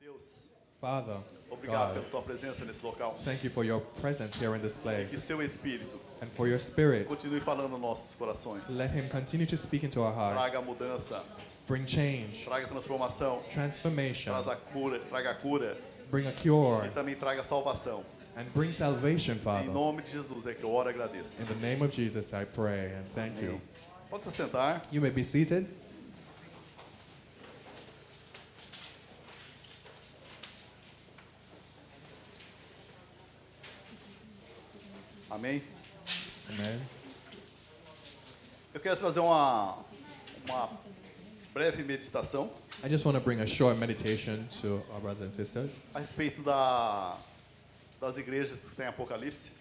Deus, Father, obrigado God, pela tua presença nesse local. thank you for your presence here in this Que place seu Espírito and for your spirit. continue falando nos nossos corações. Let him continue to speak into our hearts, Traga mudança, bring change, traga transformação, transformation, traz a cura, traga a cura bring a cure, e também traga salvação. and bring salvation, Em Father. nome de Jesus é que eu oro e agradeço. In the name of Jesus, I pray and thank you. Pode se sentar. You may be seated. Amém. Amen. Eu quero trazer uma, uma breve meditação I just want to bring a short meditation to our brothers and sisters, a respeito da, das igrejas que têm Apocalipse.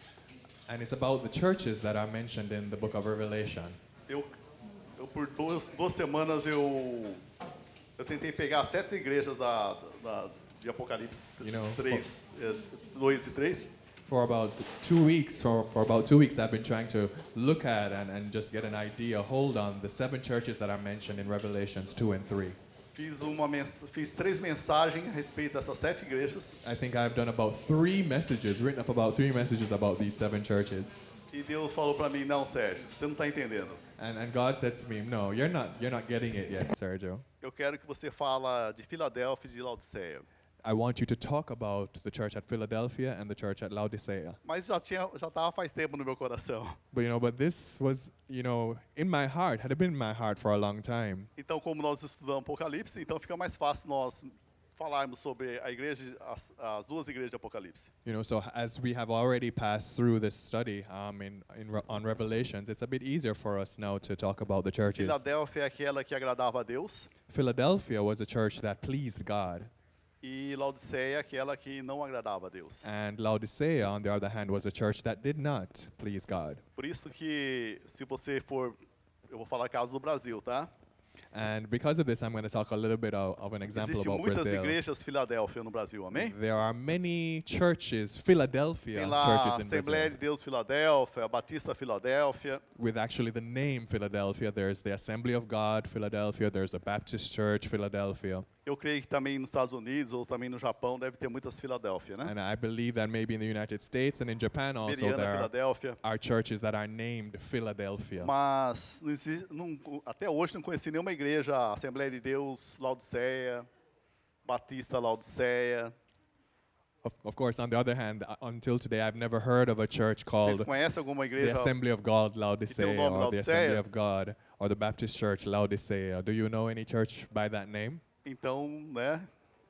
and it's about the churches that are mentioned in the book of Revelation. Eu, eu por duas, duas semanas eu, eu tentei pegar as sete igrejas da, da- de Apocalipse You know, 3, 2 e 3. For about two weeks, for, for about two weeks, I've been trying to look at and, and just get an idea, hold on, the seven churches that are mentioned in Revelations 2 and 3. Fiz, uma mens fiz três mensagens a respeito dessas sete igrejas I think I've done about three messages, written up about three messages about these seven churches. e Deus falou para mim, não, Sérgio, você não está entendendo. And, and God said to me, no, you're not, you're not getting it yet, Sergio. Eu quero que você fala de Filadélfia e de Laodiceia. I want you to talk about the church at Philadelphia and the church at Laodicea. Mas já tinha, já tava faz tempo no meu coração. But you know, but this was, you know, in my heart, had been in my heart for a long time. Então, como nós estudamos Apocalipse, então fica mais fácil nós falarmos sobre a igreja, as, as duas igrejas de Apocalipse. You know, so as we have already passed through this study um, in, in Re- on Revelations, it's a bit easier for us now to talk about the churches. Filadélfia é aquela que agradava a Deus Philadelphia was a church that pleased God, e Laodiceia é aquela que não agradava a Deus. and Laodicea, on the other hand, was a church that did not please God. Por isso que, se você for, eu vou falar caso do Brasil, tá? And because of this, I'm going to talk a little bit of, of an example Existem about muitas Brazil. igrejas Filadélfia no Brasil, amém? There are many churches, Tem Philadelphia lá a churches in Assembleia Brazil, de Deus Filadélfia, a Batista Filadélfia, with actually the name Philadelphia. There's the Assembly of God, Philadelphia. There's a Baptist Church, Philadelphia. Eu creio que também nos Estados Unidos ou também no Japão deve ter muitas Filadélfia, né? And I believe that maybe in the United States and in Japan also Meriana, there are, Filadélfia. are churches that are named Philadelphia. Mas não exi- não- até hoje não conheci nenhuma igreja, Assembleia de Deus, Laodiceia, Batista Laodiceea. Of, of course, on the other hand, uh, until today, I've never heard of a church called Vocês conhecem alguma the igreja? Assembly of God Laodicea nome or the uh, Assembly Laodicea? of God or the Baptist Church Laodicea. Do you know any church by that name? Então, né?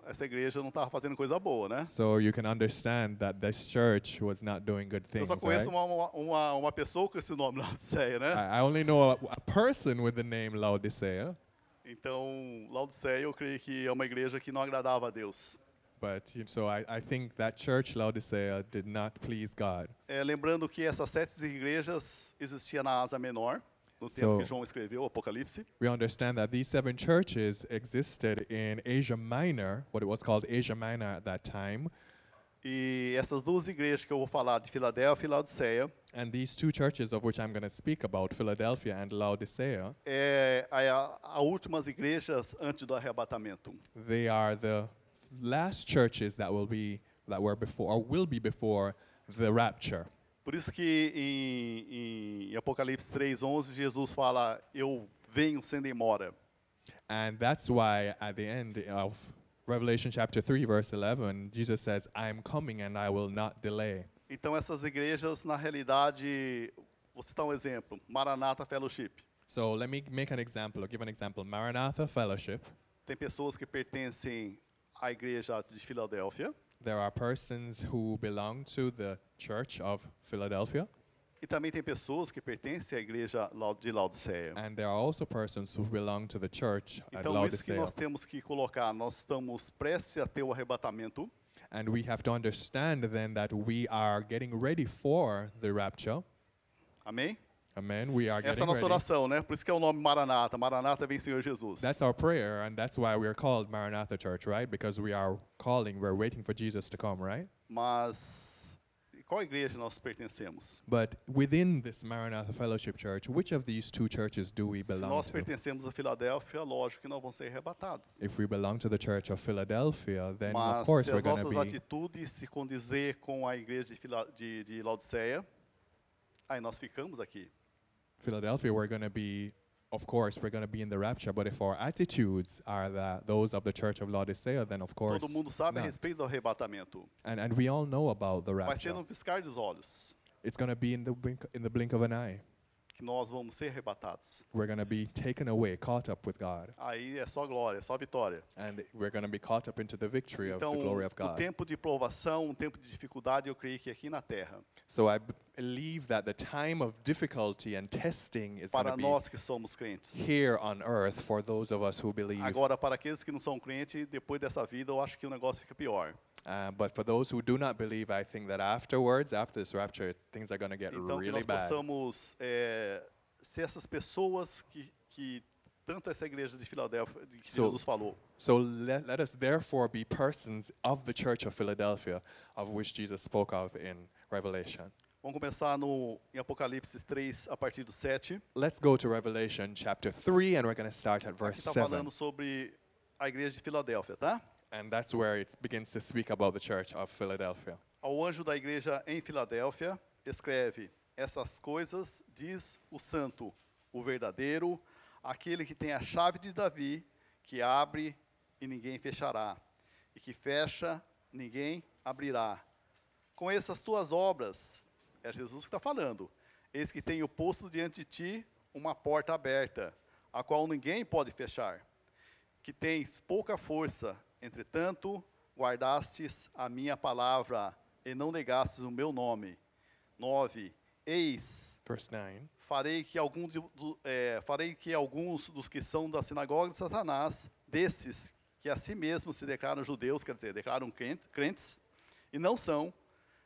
Essa igreja não estava fazendo coisa boa, né? So you can understand that this church was not doing good Eu things. só conheço right? uma, uma, uma, uma pessoa com esse nome, Laodiceia, né? I I only know a, a person with the name Laodicea, Então, Laodiceia eu creio que é uma igreja que não agradava a Deus. but you- so I, I think that church Laodicea did not please God. É, lembrando que essas sete igrejas existiam na Ásia Menor, no tempo So- que João escreveu o Apocalipse. we understand that these seven churches existed in Asia Minor, what it was called Asia Minor at that time. E essas duas igrejas que eu vou falar, de Filadélfia e Laodiceia, And these two churches of which I'm going to speak about, Philadelphia and Laodicea, é a, a, a últimas igrejas antes do arrebatamento. they are the last churches that will be that were before or will be before the rapture. Por isso que em, em Apocalipse 3:11 Jesus fala: "Eu venho sem demora". And that's why at the end of Revelation chapter 3 verse 11, Jesus says, "I am coming and I will not delay." Então essas igrejas, na realidade, vou citar um exemplo: Maranata Fellowship. So let me make an example, or give an example. Maranatha Fellowship Tem pessoas que pertencem à igreja de Filadélfia, There are persons who belong to the Church of Philadelphia, E também tem pessoas que pertencem à igreja Lau- de Laodiceia. and there are also persons who belong to the Church at Então, isso que Laodicea. nós temos que colocar. Nós estamos prestes a ter o arrebatamento. And we have to understand then that we are getting ready for the rapture. Amém? Amen. We are Essa é a getting nossa ready. oração, né? Por isso que é o nome Maranata. Maranata vem Senhor Jesus. That's our prayer, and that's why we are called Maranatha Church, right? Because we are calling, we're waiting for Jesus to come, right? Mas qual igreja nós pertencemos? But within this Maranatha Fellowship Church, which of these two churches do we Se belong nós to? pertencemos a Filadélfia, lógico que não vão ser arrebatados. If we belong to the Church of Philadelphia, then É, of Mas course se we're as going nossas to be. atitudes se condizer com a igreja de, Fila, de, de Laodiceia, aí nós ficamos aqui. Philadelphia, we're going to be, of course, we're going to be in the rapture. But if our attitudes are that those of the Church of Laodicea, then of course, Todo mundo sabe a not. respeito do arrebatamento. and and we all know about the Vai ser rapture. no piscar dos olhos It's going to be in the blink in the blink of an eye. que nós vamos ser arrebatados. We're going to be taken away, caught up with God, Aí é só glória, é só vitória. and we're going to be caught up into the victory of Então, the glory of o God. tempo de provação, o tempo de dificuldade, eu creio que é aqui na terra. So I b- believe that the time of difficulty and testing is going Para to be nós que somos crentes. here on earth for those of us who believe. Agora, para aqueles que não são crentes, depois dessa vida, eu acho que o negócio fica pior. Uh, but for those who do not believe, I think that afterwards, after this rapture, things are going to get Então, que really nós bad. possamos eh, ser essas pessoas que, que tanto essa igreja de Filadélfia, de que So- Jesus falou, So let, let us therefore be persons of the church of Philadelphia, of which Jesus spoke of in Revelation. Vamos começar no, em Apocalipse 3, a partir do 7. Let's go to Revelation chapter 3, and we're going to start at verse Aqui está 7. tá falando sobre a igreja de Filadélfia, tá? And that's where it begins to speak about the church of Philadelphia. Ao anjo da igreja em Filadélfia, escreve: Essas coisas diz o santo, o verdadeiro, aquele que tem a chave de Davi, que abre e ninguém fechará, e que fecha, ninguém abrirá. Com essas tuas obras, é Jesus que está falando, eis que tenho posto diante de ti uma porta aberta, a qual ninguém pode fechar que tens pouca força, entretanto, guardastes a minha palavra e não negastes o meu nome. 9. Eis, Verse 9. farei que, algum de- do- eh, farei que alguns dos que são da sinagoga de Satanás, desses que a si mesmos se declaram judeus, quer dizer, declaram crente- crentes, e não são,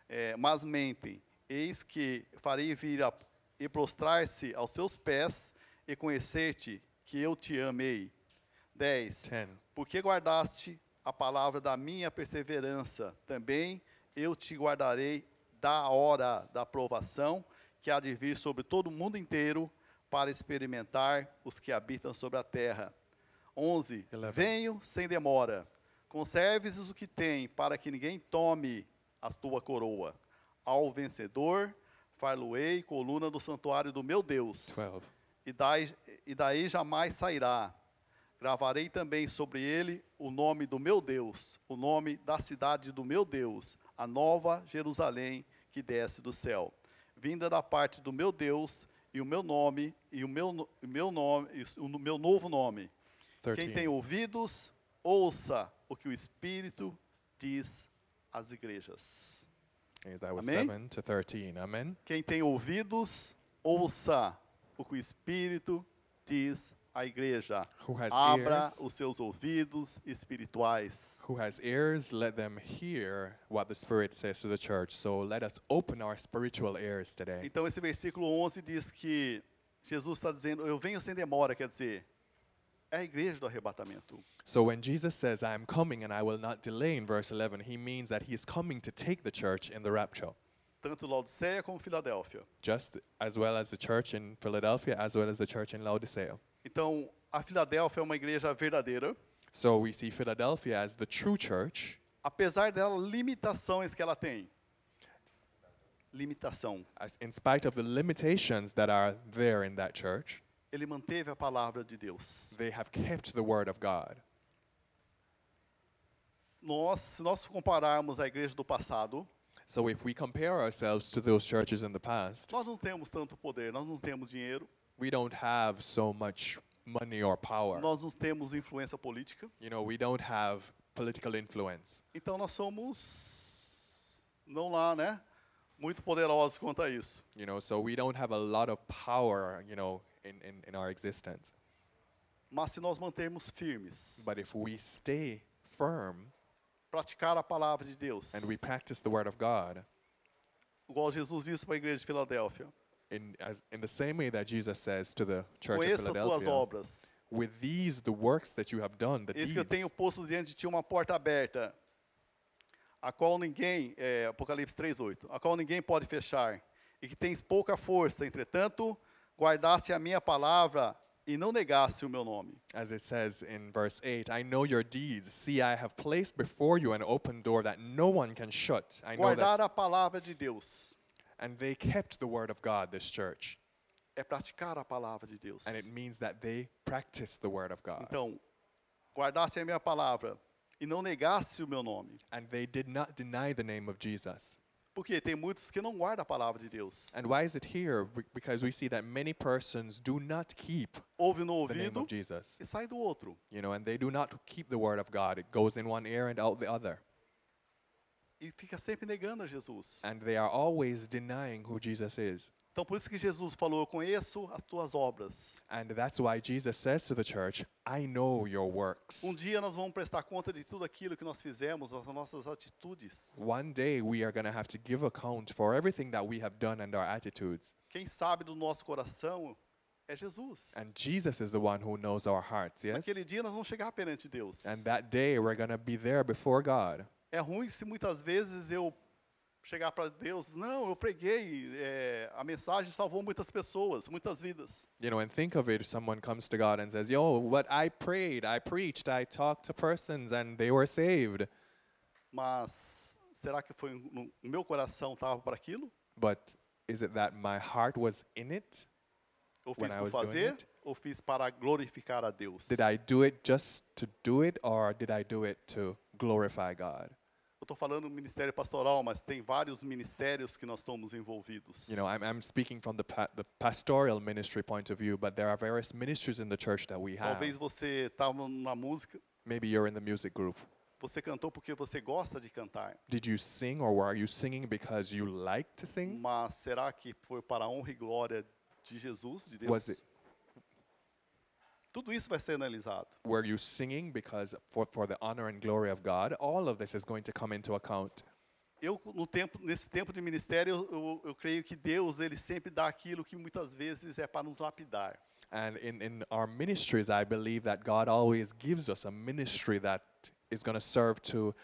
eh, mas mentem. Eis que farei vir a, e prostrar-se aos teus pés e conhecer-te que eu te amei. 10. 10. Porque guardaste a palavra da minha perseverança, também eu te guardarei da hora da provação que há de vir sobre todo o mundo inteiro para experimentar os que habitam sobre a terra. 11. Eleven. Venho sem demora. Conserves o que tem, para que ninguém tome a tua coroa. Ao vencedor, far-lo-ei coluna do santuário do meu Deus 12. e daí, e daí jamais sairá. Gravarei também sobre ele o nome do meu Deus, o nome da cidade do meu Deus, a nova Jerusalém que desce do céu, vinda da parte do meu Deus e o meu nome e o meu, no- e meu nome e o meu novo nome. Quem 13. tem ouvidos, ouça o que o Espírito diz às igrejas. Yes, That was Amém? 7 to 13. Amen. Quem tem ouvidos, ouça o que o Espírito diz à igreja. Who has Abra ears? os seus ouvidos espirituais. Who has ears, let them hear what the Spirit says to the church. So let us open our spiritual ears today. Então, esse versículo 11 diz que Jesus está dizendo: Eu venho sem demora, quer dizer, é a igreja do arrebatamento. So when Jesus says, I am coming and I will not delay in verse 11, he means that he is coming to take the church in the rapture, Tanto Laodiceia como Filadélfia. just as well as the church in Philadelphia, as well as the church in Laodicea. Então, a Filadélfia é uma igreja verdadeira, So we see Philadelphia as the true church, apesar das limitações que ela tem. Limitação. as in spite of the limitations that are there in that church, Ele manteve a palavra de Deus. they have kept the word of God. Nós, se nós compararmos a igreja do passado, So if we compare ourselves to those churches in the past, nós não temos tanto poder, nós não temos dinheiro, we don't have so much money or power. nós não temos influência política. You know, we don't have political influence. Então nós somos não lá, né? Muito poderosos quanto a isso. You know, so we don't have a lot of power, you know, in, in, in our existence. Mas se nós mantermos firmes, But if we stay firm praticar a palavra de Deus, and we practice the word of God igual Jesus disse para a igreja de Filadélfia, in, as, in the same way that Jesus says to the church of conheça tuas Philadelphia, obras. with these the works that you have done, the Eis deeds, que eu tenho posto diante de ti uma porta aberta. a qual ninguém, é, Apocalipse 3:8, a qual ninguém pode fechar, e que tens pouca força, entretanto, guardaste a minha palavra e não negaste o meu nome. As it says in verse 8, I know your deeds. See, I have placed before you an open door that no one can shut. I know Guardar that. a palavra de Deus And they kept the word of God, this church. é praticar a palavra de Deus. And it means that they practiced the word of God. Então, guardaste a minha palavra e não negaste o meu nome. And they did not deny the name of Jesus. Porque tem muitos que não guardam a palavra de Deus. And why is it here? Be- Because we see that many persons do not keep Ouve no the name ouvido of Jesus, e sai do outro. you know, and they do not keep the word of God. It goes in one ear and out the other. E fica sempre negando a Jesus. And they are always denying who Jesus is. Então, por isso que Jesus falou: Eu conheço as tuas obras. And that's why Jesus says to the church, I know your works. Um dia nós vamos prestar conta de tudo aquilo que nós fizemos, das nossas atitudes. One day we are going to have to give account for everything that we have done and our attitudes. Quem sabe do nosso coração é Jesus. And Jesus is the one who knows our hearts, yes? É Naquele dia nós vamos chegar perante Deus. And that day we're going to be there before God. É ruim se muitas vezes eu chegar para Deus, não, eu preguei, é, a mensagem salvou muitas pessoas, muitas vidas. You know, and think of it if someone comes to God and says, Yo, what I prayed, I preached, I talked to persons and they were saved. Mas será que foi no, o meu coração estava para aquilo? But is it that my heart was in it? Eu When fiz I por was doing fazer it? ou fiz para glorificar a Deus? Did I do it just to do it or did I do it to glorify God? Eu estou falando do ministério pastoral, mas tem vários ministérios que nós estamos envolvidos. You know, ah. I'm, I'm speaking from the, pa- the pastoral ministry point of view, but there are various ministries in the church that we have. Talvez você estava na música, Maybe you're in the music group. você cantou porque você gosta de cantar. Did you sing or were you singing because you like to sing? Mas será que foi para a honra e glória de Jesus, de Deus? Was it- Tudo isso vai ser analisado. Were you singing because for, for the honor and glory of God? All of this is going to come into account. Eu no tempo, nesse tempo de ministério, eu, eu, eu creio que Deus ele sempre dá aquilo que muitas vezes é para nos lapidar. And in, in our ministries, I believe that God always gives us a ministry that is going to serve to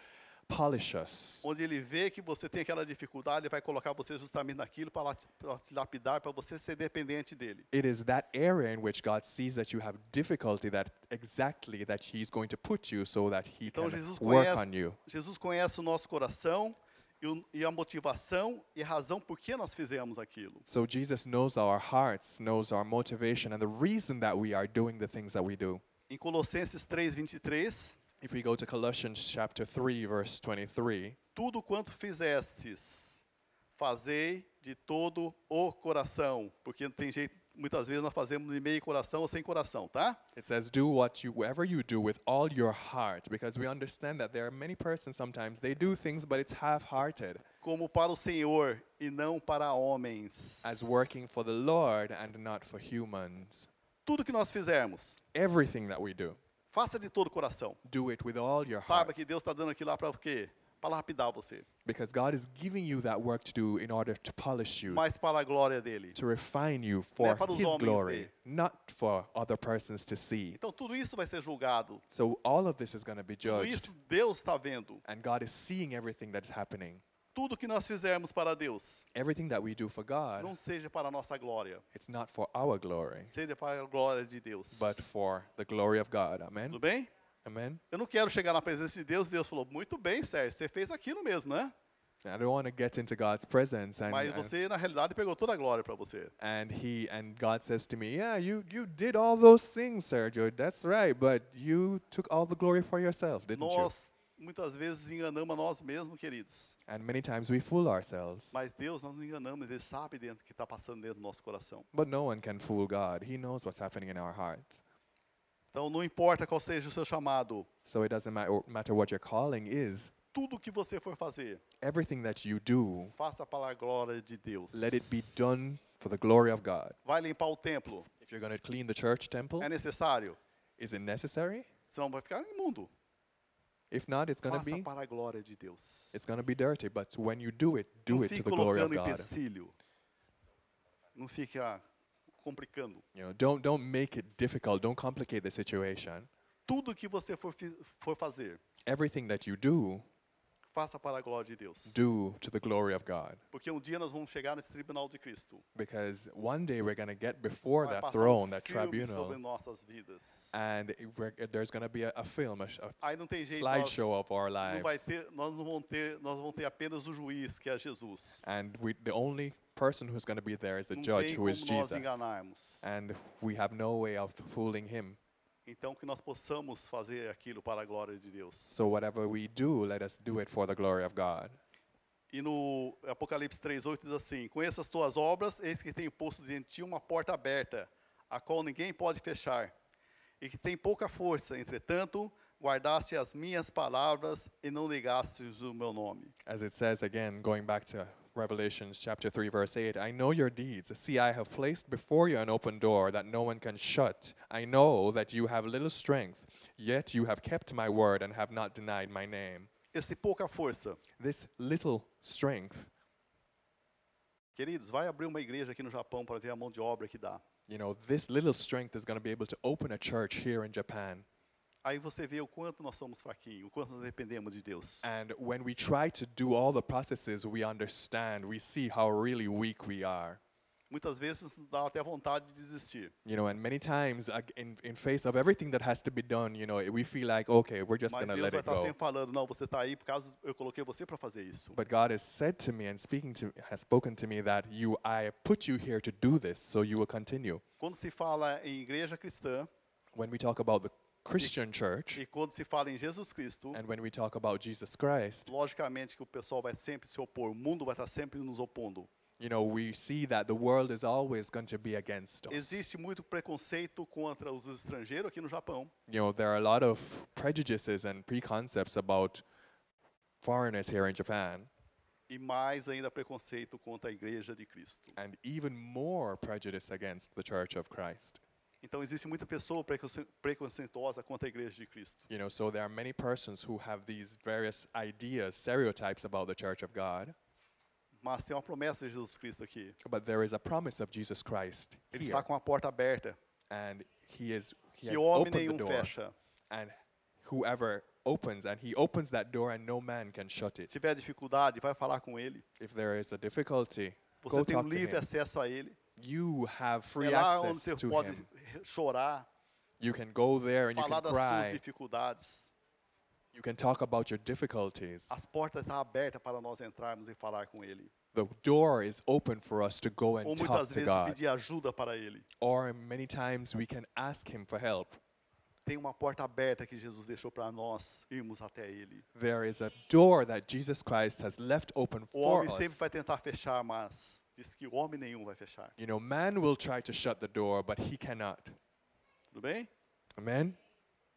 polish us. Onde ele vê que você tem aquela dificuldade, ele vai colocar você justamente naquilo para la- para te lapidar, para você ser dependente dele. It is that area in which God sees that you have difficulty that exactly that He's going to put you so that He Então can Jesus work conhece, on you. Jesus conhece o nosso coração e, o, e a motivação e a razão por que nós fizemos aquilo. So Jesus knows our hearts, knows our motivation, and the reason that we are doing the things that we do. Em Colossenses 3:23, If we go to Colossians chapter 3, verse 23, tudo quanto fizestes, fazei de todo o coração, porque não tem jeito, muitas vezes nós fazemos de meio coração ou sem coração, tá? it says, Do what you, whatever you do with all your heart, because we understand that there are many persons sometimes, they do things, but it's half hearted, Como para o Senhor e não para homens. as working for the Lord and not for humans. Tudo que nós fizermos, Everything that we do, faça de todo o coração. do it with all your Saiba heart, que Deus está dando aquilo lá para o quê? Para lapidar você, because God is giving you that work to do in order to polish you, mas para a glória dele. to refine you Não é for para os His homens glory, ver. not for other persons to see. Então tudo isso vai ser julgado. So all of this is going to be Tudo judged, isso Deus está vendo. and God is seeing everything that is happening. Tudo que nós fizermos para Deus, Everything that we do for God, não seja para a nossa glória, it's not for our glory, seja para a glória de Deus. but for the glory of God. Amen. Tudo bem? Amen. Eu não quero chegar na presença de Deus. Deus falou: Muito bem, Sérgio, você fez aquilo mesmo, né? I don't want to get into God's presence and Mas and, você, na realidade, pegou toda a glória para você. and he and God says to me, "Yeah, you you did all those things, Sergio. That's right, but you took all the glory for yourself, didn't you?" Nós, muitas vezes, enganamos a nós mesmos, queridos. And many times we fool ourselves. Mas Deus, nós nos enganamos. Ele sabe dentro o que está passando dentro do nosso coração. But no one can fool God. He knows what's happening in our hearts. Então, não importa qual seja o seu chamado, So it doesn't matter, matter what your calling is. tudo que você for fazer, Everything that you do, faça para a glória de Deus. let it be done for the glory of God. Vai limpar o templo? If you're going to clean the church temple, É necessário? is it necessary? Senão vai ficar imundo. If not, it's going to Faça be para a glória de Deus. it's going to be dirty, but when you do it, do não it fique to the glory of colocando God. empecilho. Não fique ah, complicando. You know, don't don't make it difficult. Don't complicate the situation. Tudo que você for, fi- for fazer, Everything that you do, faça para a glória de Deus. do to the glory of God. Porque um dia nós vamos chegar nesse tribunal de Cristo. Because one day we're going to get before Vai that passar throne, um that filme sobre tribunal, nossas vidas. and it- we're, there's going to be a, a film, a, sh- a Aí não tem jeito, nós slideshow of our não vai lives. ter, nós não vamos ter, nós vamos ter apenas o juiz, que é Jesus. And we, the only person who's going to be there is the Não judge, tem who is como nós Jesus. enganarmos. And we have no way of fooling him. Então que nós possamos fazer aquilo para a glória de Deus. So whatever we do, let us do it for the glory of God. E no Apocalipse 3:8 diz assim: "Conheça as tuas obras, eis que tem posto diante de ti uma porta aberta, a qual ninguém pode fechar, e que tem pouca força. Entretanto, guardaste as minhas palavras e não negaste o meu nome." As it says again, going back to Revelations chapter 3, verse 8 I know your deeds. See, I have placed before you an open door that no one can shut. I know that you have little strength, yet you have kept my word and have not denied my name. Esse pouca força, This little strength, queridos, vai abrir uma igreja aqui no Japão para ver a mão de obra que dá. you know, this little strength is going to be able to open a church here in Japan. Aí você vê o quanto nós somos fraquinhos, o quanto nós dependemos de Deus. And when we try to do all the processes, we understand, we see how really weak we are. Muitas vezes nos dá até vontade de desistir. You know, and many times ag- in, in face of everything that has to be done, you know, we feel like, okay, we're just Mas going to Deus let vai it estar go. sempre falando, não, você está aí por causa eu coloquei você para fazer isso. But God has said to me and speaking to has spoken to me that you I put you here to do this, so you will continue. Quando se fala em igreja cristã When we talk about the Christian church e quando se fala em Jesus Cristo, and when we talk about Jesus Christ, logicamente que o pessoal vai sempre se opor, o mundo vai estar sempre nos opondo. you know, we see that the world is always going to be against us. Existe muito preconceito contra os estrangeiros aqui no Japão. You know, there are a lot of prejudices and preconcepts about foreigners here in Japan, E mais ainda preconceito contra a igreja de Cristo. and even more prejudice against the Church of Christ. Então existe muita pessoa preconce- preconceituosa contra a igreja de Cristo. You know, so there are many persons who have these various ideas, stereotypes about the Church of God, Mas tem uma promessa de Jesus Cristo aqui. but there is a promise of Jesus Christ Ele here, está com a porta aberta, and He is He que has homem opened é the nenhum door, fecha. and whoever opens, and He opens that door, and no man can shut Se it. tiver dificuldade, vai falar com ele. If there is a difficulty, Você go tem um talk to livre Him. acesso a ele. You have free é lá onde access você to pode Him. re- chorar, You can go there and you falar can das suas cry. dificuldades. You can talk about your difficulties. As portas estão abertas para nós entrarmos e falar com ele. The door is open for us to go Ou and talk muitas to vezes God. pedir ajuda para ele. Or many times we can ask Him for help. Tem uma porta aberta que Jesus deixou para nós irmos até ele. There is a door that Jesus Christ has left open O for homem sempre us. vai tentar fechar, mas diz que homem nenhum vai fechar. You know, man will try to shut the door, but he cannot. Tudo bem? Amen?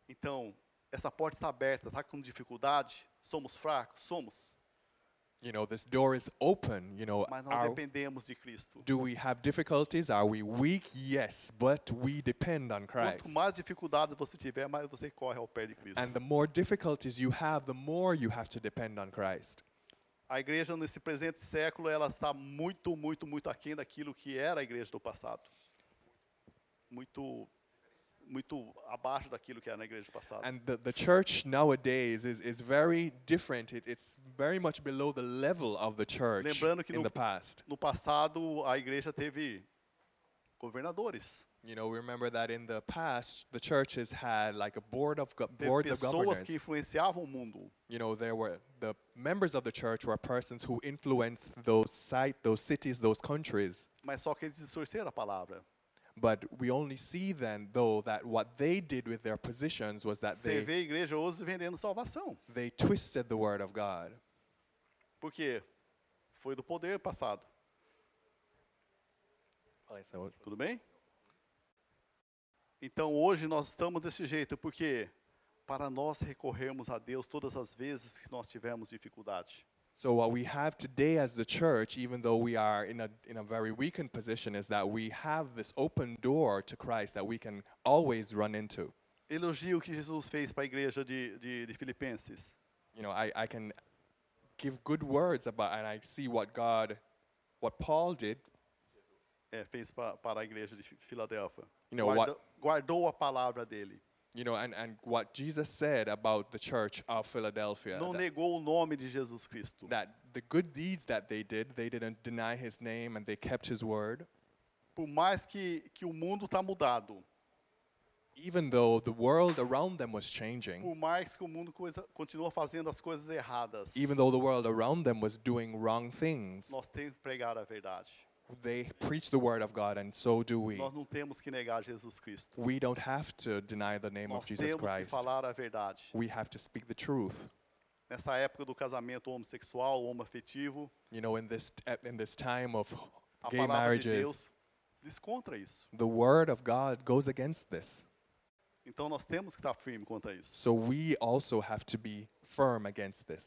Então, essa porta está aberta, está com dificuldade, somos fracos, somos, You know, this door is open. You know, mas nós our, dependemos de Cristo. do we have difficulties? Are we weak? Yes, but we depend on Christ. Quanto mais dificuldades você tiver, mais você corre ao pé de Cristo. And the more difficulties you have, the more you have to depend on Christ. A igreja nesse presente século, ela está muito, muito, muito aquém daquilo que era a igreja do passado. Muito muito abaixo daquilo que era na igreja do passado. And the, the church nowadays is, is very different. It, it's very much below the level of the church Lembrando que in no- the past. No passado, a igreja teve governadores, You know, remember that in the past, the churches had like a board of go- teve boards of pessoas governors. que influenciavam o mundo. You know, there were the members of the church were persons who influenced those site, those cities, those countries. mas só que eles distorceram a palavra. But we only see then, though, that what they did with their positions was that Você they vê a igreja hoje vendendo salvação, they twisted the word of God porque foi do poder passado, tudo bem? Então hoje nós estamos desse jeito, porque para nós recorrermos a Deus todas as vezes que nós tivermos dificuldade. So what we have today as the church, even though we are in a in a very weakened position, is that we have this open door to Christ that we can always run into. Elogio o que Jesus fez para a igreja de, de, de Filipenses. You know, I, I can give good words about and I see what God what Paul did, É, fez pa, para a igreja de Fi- Filadélfia. You know Guarda- guardou a palavra dele. You know, and, and what Jesus said about the church of Philadelphia Não that, negou o nome de Jesus Cristo. that the good deeds that they did, they didn't deny his name and they kept his word. Por mais que, que o mundo está mudado, Even though the world around them was por changing, mais que o mundo coisa, continua fazendo as coisas erradas, even though the world around them was doing wrong things, nós temos que pregar a verdade. they preach the word of God, and so do we. Nós não temos que negar Jesus Cristo. We don't have to deny the name of Nós Jesus temos que Christ. falar a verdade. We have to speak the truth. Nessa época do casamento homossexual, homoafetivo, You know, in this t- in this time of a gay palavra de marriages, Deus descontra isso. the word of God goes against this. Então nós temos que estar firme quanto a isso. So we also have to be firm against this.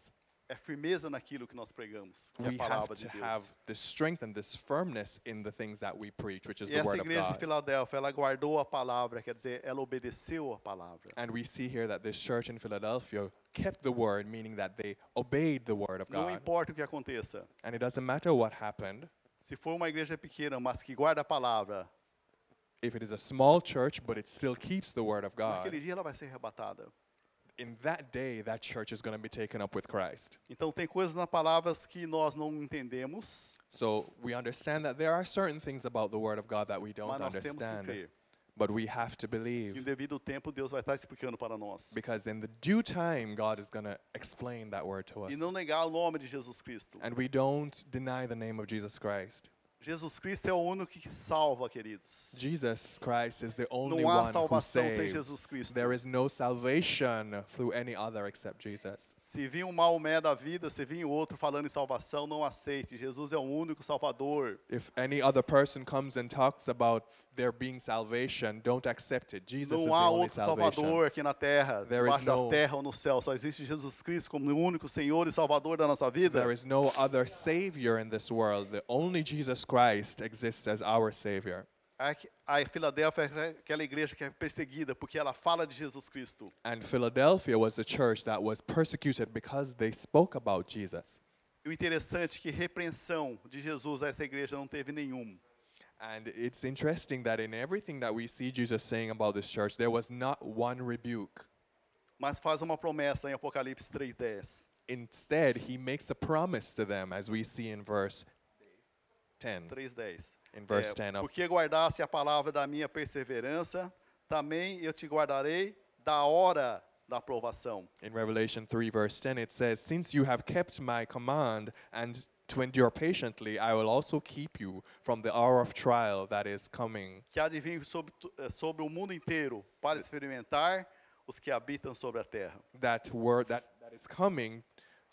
É firmeza naquilo que nós pregamos, que é We a have palavra de to have Deus. this strength and this firmness in the things that we preach, which is E the essa word of igreja de God. Filadélfia, ela guardou a palavra, quer dizer, ela obedeceu a palavra. And we see here that this church in Philadelphia kept the word, meaning that they obeyed the word of Não God. importa o que aconteça. And it doesn't matter what happened. Se for uma igreja pequena, mas que guarda a palavra, If it is a small church, but it still keeps the word of naquele God, dia ela vai ser arrebatada. in that day, that church is going to be taken up with Christ. Então tem coisas na palavras que nós não entendemos, So we understand that there are certain things about the word of God that we mas don't nós temos que understand, crer. but we have E to no believe. devido tempo Deus vai estar explicando para nós. Because in the due time, God is going to explain that word to us. E não negar o nome de Jesus Cristo. And we don't deny the name of Jesus Christ. Jesus Cristo é o único que salva, queridos. Jesus Christ is the only há one who salvação sem saves. Jesus Cristo. There is no salvation through any other except Jesus. Se vir um Maomé da vida, se vir outro falando em salvação, não aceite. Jesus é o único salvador. If any other person comes and talks about there being salvation, don't accept it. Jesus Não is the há only outro salvation. salvador aqui na terra, There is debaixo da no- terra ou no céu. Só existe Jesus Cristo como o único Senhor e Salvador da nossa vida. There is no other savior in this world. The only Jesus Christ exists as our savior. A, É a Filadélfia é aquela igreja que é perseguida porque ela fala de Jesus Cristo. And Philadelphia was the church that was persecuted because they spoke about Jesus. E o interessante é que repreensão de Jesus a essa igreja não teve nenhum. And it's interesting that in everything that we see Jesus saying about this church, there was not one rebuke. Mas faz uma promessa em Apocalipse 3:10. Instead, he makes a promise to them, as we see in verse 10. 3:10. In verse 10 of- É, Porque guardaste a palavra da minha perseverança, também eu te guardarei da hora da aprovação. In Revelation 3, verse 10, it says, Since you have kept my command and to endure patiently, I will also keep you from the hour of trial that is coming, Que há de vir sobre, tu- eh, sobre o mundo inteiro para experimentar os que habitam sobre a terra. that word that, that is coming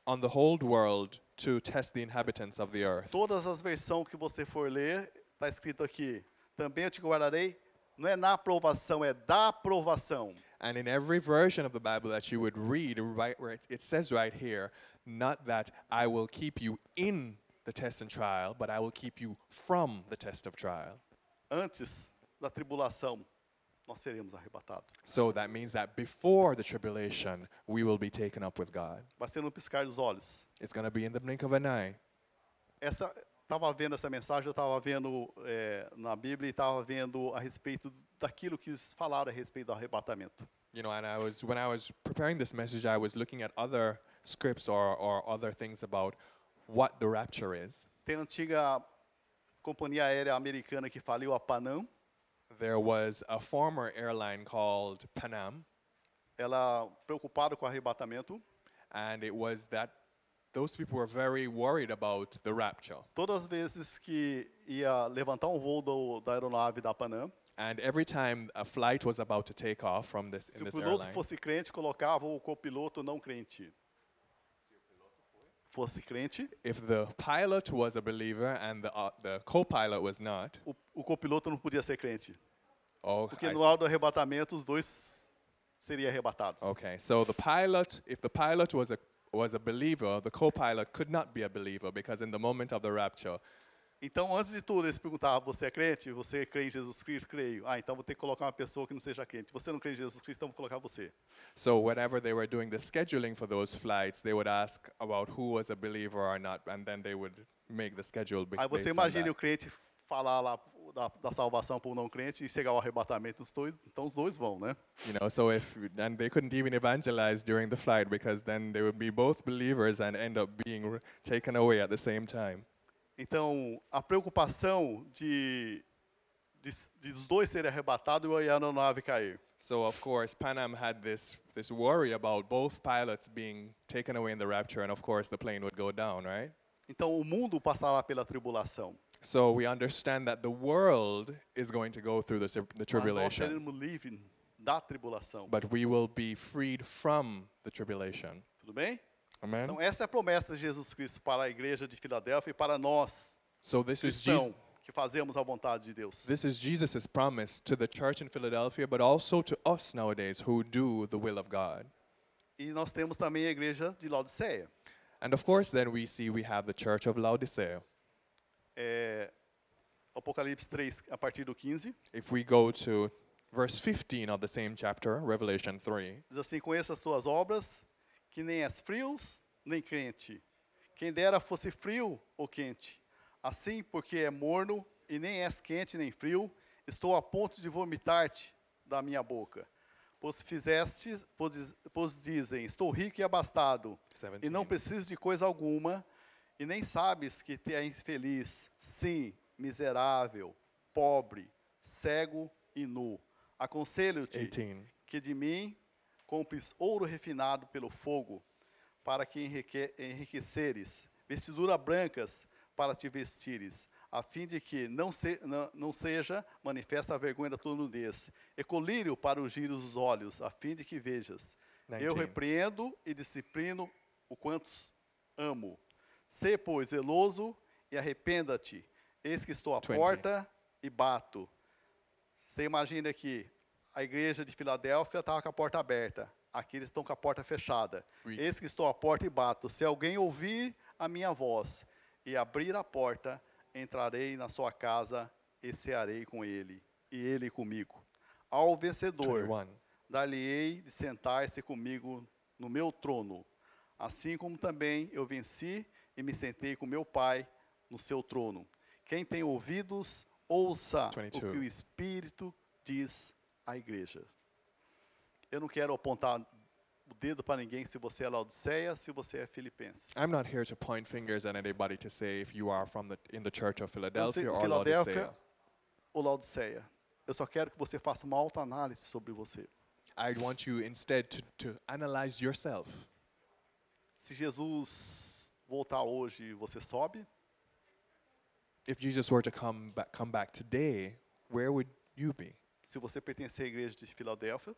on the whole world to test the inhabitants of the earth. Todas as versões que você for ler, está escrito aqui. Também eu te guardarei. Não é na aprovação, é da aprovação. And in every version of the Bible that you would read, right, right, it says right here, not that I will keep you in the test and trial, but I will keep you from the test of trial. Antes da tribulação, nós seremos arrebatados. So that means that before the tribulation, we will be taken up with God. Vai ser no piscar dos olhos. It's going to be in the blink of an eye. essa estava vendo essa mensagem, eu estava vendo eh, na Bíblia e estava vendo a respeito daquilo que eles falaram a respeito do arrebatamento. You know, and I was when I was preparing this message, I was looking at other scripts or, or other things about what the rapture is. Tem a antiga companhia aérea americana que faliu a Panam, There was a former airline called Pan Am, ela preocupada com o arrebatamento. and it was that those people were very worried about the rapture. Todas as vezes que ia levantar um voo do, da aeronave da Panam, And every time a flight was about to take off from this se in o this piloto airline, fosse crente, colocava o copiloto não crente. Fosse crente, if the pilot was a believer and the uh, the co-pilot was not, o, o copiloto não podia ser crente. oh, Porque I no áudio do arrebatamento, os dois seriam arrebatados. Okay, so the pilot, if the pilot was a was a believer, the co-pilot could not be a believer because in the moment of the rapture, Então, antes de tudo, eles perguntavam, você é crente? Você crê em Jesus Cristo? Creio. Ah, então vou ter que colocar uma pessoa que não seja crente. Você não crê em Jesus Cristo, então vou colocar você. so whenever they were doing the scheduling for those flights, they would ask about who was a believer or not, and then they would make the schedule. be- Aí você based on imagina that. o crente falar lá da, da salvação para o não crente e chegar ao arrebatamento dos dois, então os dois vão, né? You know, so if and they couldn't even evangelize during the flight because then they would be both believers and end up being r- taken away at the same time. Então, a preocupação de, de, de os dois serem arrebatados e a aeronave cair. So of course, Pan Am had this this worry about both pilots being taken away in the rapture, and of course the plane would go down, right? Então, o mundo passará pela tribulação. So we understand that the world is going to go through the, sib- the Mas Tá? nós tribulation, seremos livres da tribulação. but we will be freed from the tribulation. Tudo bem? Amen. Então, essa é a promessa de Jesus Cristo para a igreja de Filadélfia e para nós, So this is Jesus. cristãos, que fazemos a vontade de Deus. This is Jesus' promise to the church in Philadelphia, but also to us nowadays who do the will of God. E nós temos também a igreja de Laodiceia. And of course, then we see we have the church of Laodicea. É, Apocalipse 3, a partir do 15, If we go to verse 15 of the same chapter, Revelation 3, diz assim: Conheça as tuas obras, que nem és frios, nem crente. Quem dera fosse frio ou quente. Assim, porque é morno e nem és quente nem frio, estou a ponto de vomitar-te da minha boca. Pois fizeste, pois, diz- pois dizem: Estou rico e abastado, e não 17. preciso de coisa alguma, e nem sabes que te é infeliz, sim, miserável, pobre, cego e nu. Aconselho-te 18. que de mim compres ouro refinado pelo fogo, para que enrique- enriqueceres, vestidura brancas para te vestires, a fim de que não, se, não, não seja manifesta a vergonha da tua nudez, e colírio para ungir os olhos, a fim de que vejas. Eu 19. repreendo e disciplino o quantos amo. Sê, pois, zeloso e arrependa-te. Eis que estou à 20. porta e bato. Você imagina que a igreja de Filadélfia estava com a porta aberta. Aqui eles estão com a porta fechada. Reach. Eis que estou à porta e bato. Se alguém ouvir a minha voz e abrir a porta, entrarei na sua casa e cearei com ele, e ele comigo. Ao vencedor, 21. dar-lhe-ei de sentar-se comigo no meu trono, assim como também eu venci e me sentei com meu Pai no seu trono. Quem tem ouvidos, ouça o 22. que o Espírito diz à igreja. Eu não quero apontar o dedo para ninguém se você é Laodiceia, se você é Filipenses. I'm not here to point fingers at anybody to say if you are from the in the church of Philadelphia or Philadelphia. Laodicea. Ou Laodiceia. Eu só quero que você faça uma autoanálise sobre você. I want you instead to, to analyze yourself. Se Jesus voltar hoje, você sobe? If Jesus were to come back, come back today, where would you be? se você pertencer à igreja de Filadélfia,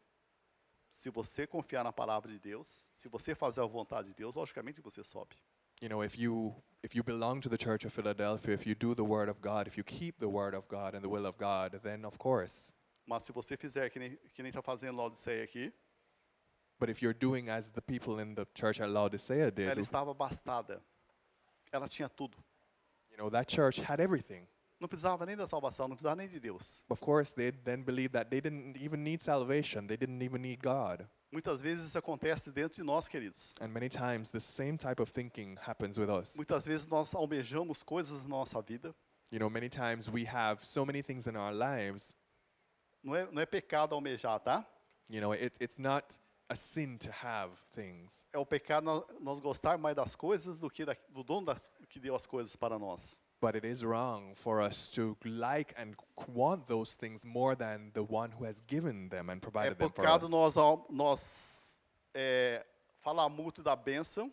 se você confiar na palavra de Deus, se você fazer a vontade de Deus, logicamente você sobe. you know if you if you belong to the church of philadelphia if you do the word of god if you keep the word of god and the will of god then of course Mas se você fizer que nem que nem está fazendo Laodiceia aqui, but if you're doing as the people in the church at laodicea did ela who- estava bastada. Ela tinha tudo. you know that church had everything Não precisava nem da salvação, não precisava nem de Deus. of course they then believed that they didn't even need salvation they didn't even need god Muitas vezes isso acontece dentro de nós, queridos. and many times the same type of thinking happens with us Muitas vezes nós almejamos coisas na nossa vida. you know many times we have so many things in our lives Não é, não é pecado almejar, tá? you know it, it's not a sin to have things É o pecado nós, nós gostar mais das coisas do que da, do dono das, que deu as coisas para nós. But it is wrong for us to like and c- want those things more than the one who has given them and É provided them for us. pecado nós, al- nós é, falar muito da bênção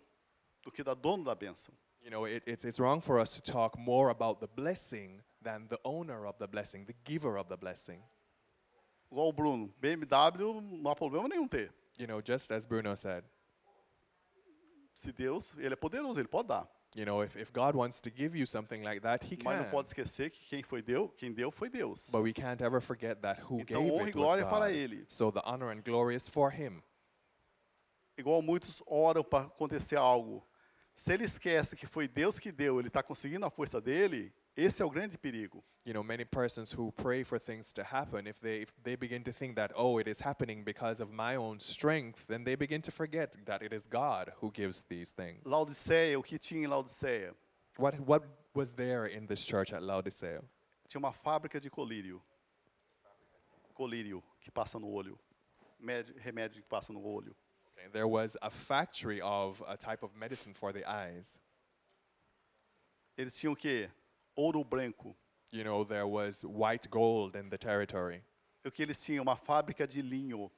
do que da dono da bênção. You know, it, it's, it's wrong for us to talk more about the blessing than the owner of the blessing, the giver of the blessing. Igual o Bruno, BMW não há problema nenhum ter. You know, just as Bruno said, Se Deus, ele é poderoso, ele pode dar. you know, if, if God wants to give you something like that, He Mas can. não pode esquecer que quem foi deu, quem deu foi Deus. But we can't ever forget that who Então, gave honra e it was glória para God. ele. So the honor and glory is for Him. Igual muitos oram para acontecer algo. Se ele esquece que foi Deus que deu, ele está conseguindo a força dele, esse é o grande perigo. you know many persons who pray for things to happen if they if they begin to think that oh it is happening because of my own strength then they begin to forget that it is god who gives these things Laodiceia, o que tinha em Laodiceia? what what was there in this church at laodicea Tinha uma fábrica de colírio. Colírio, que passa no olho. Médi- remédio que passa no olho. Okay, There was a factory of a type of medicine for the eyes. Eles tinham o quê? Ouro branco. You know, there was white gold in the territory. E O que eles tinham? Uma fábrica de linho.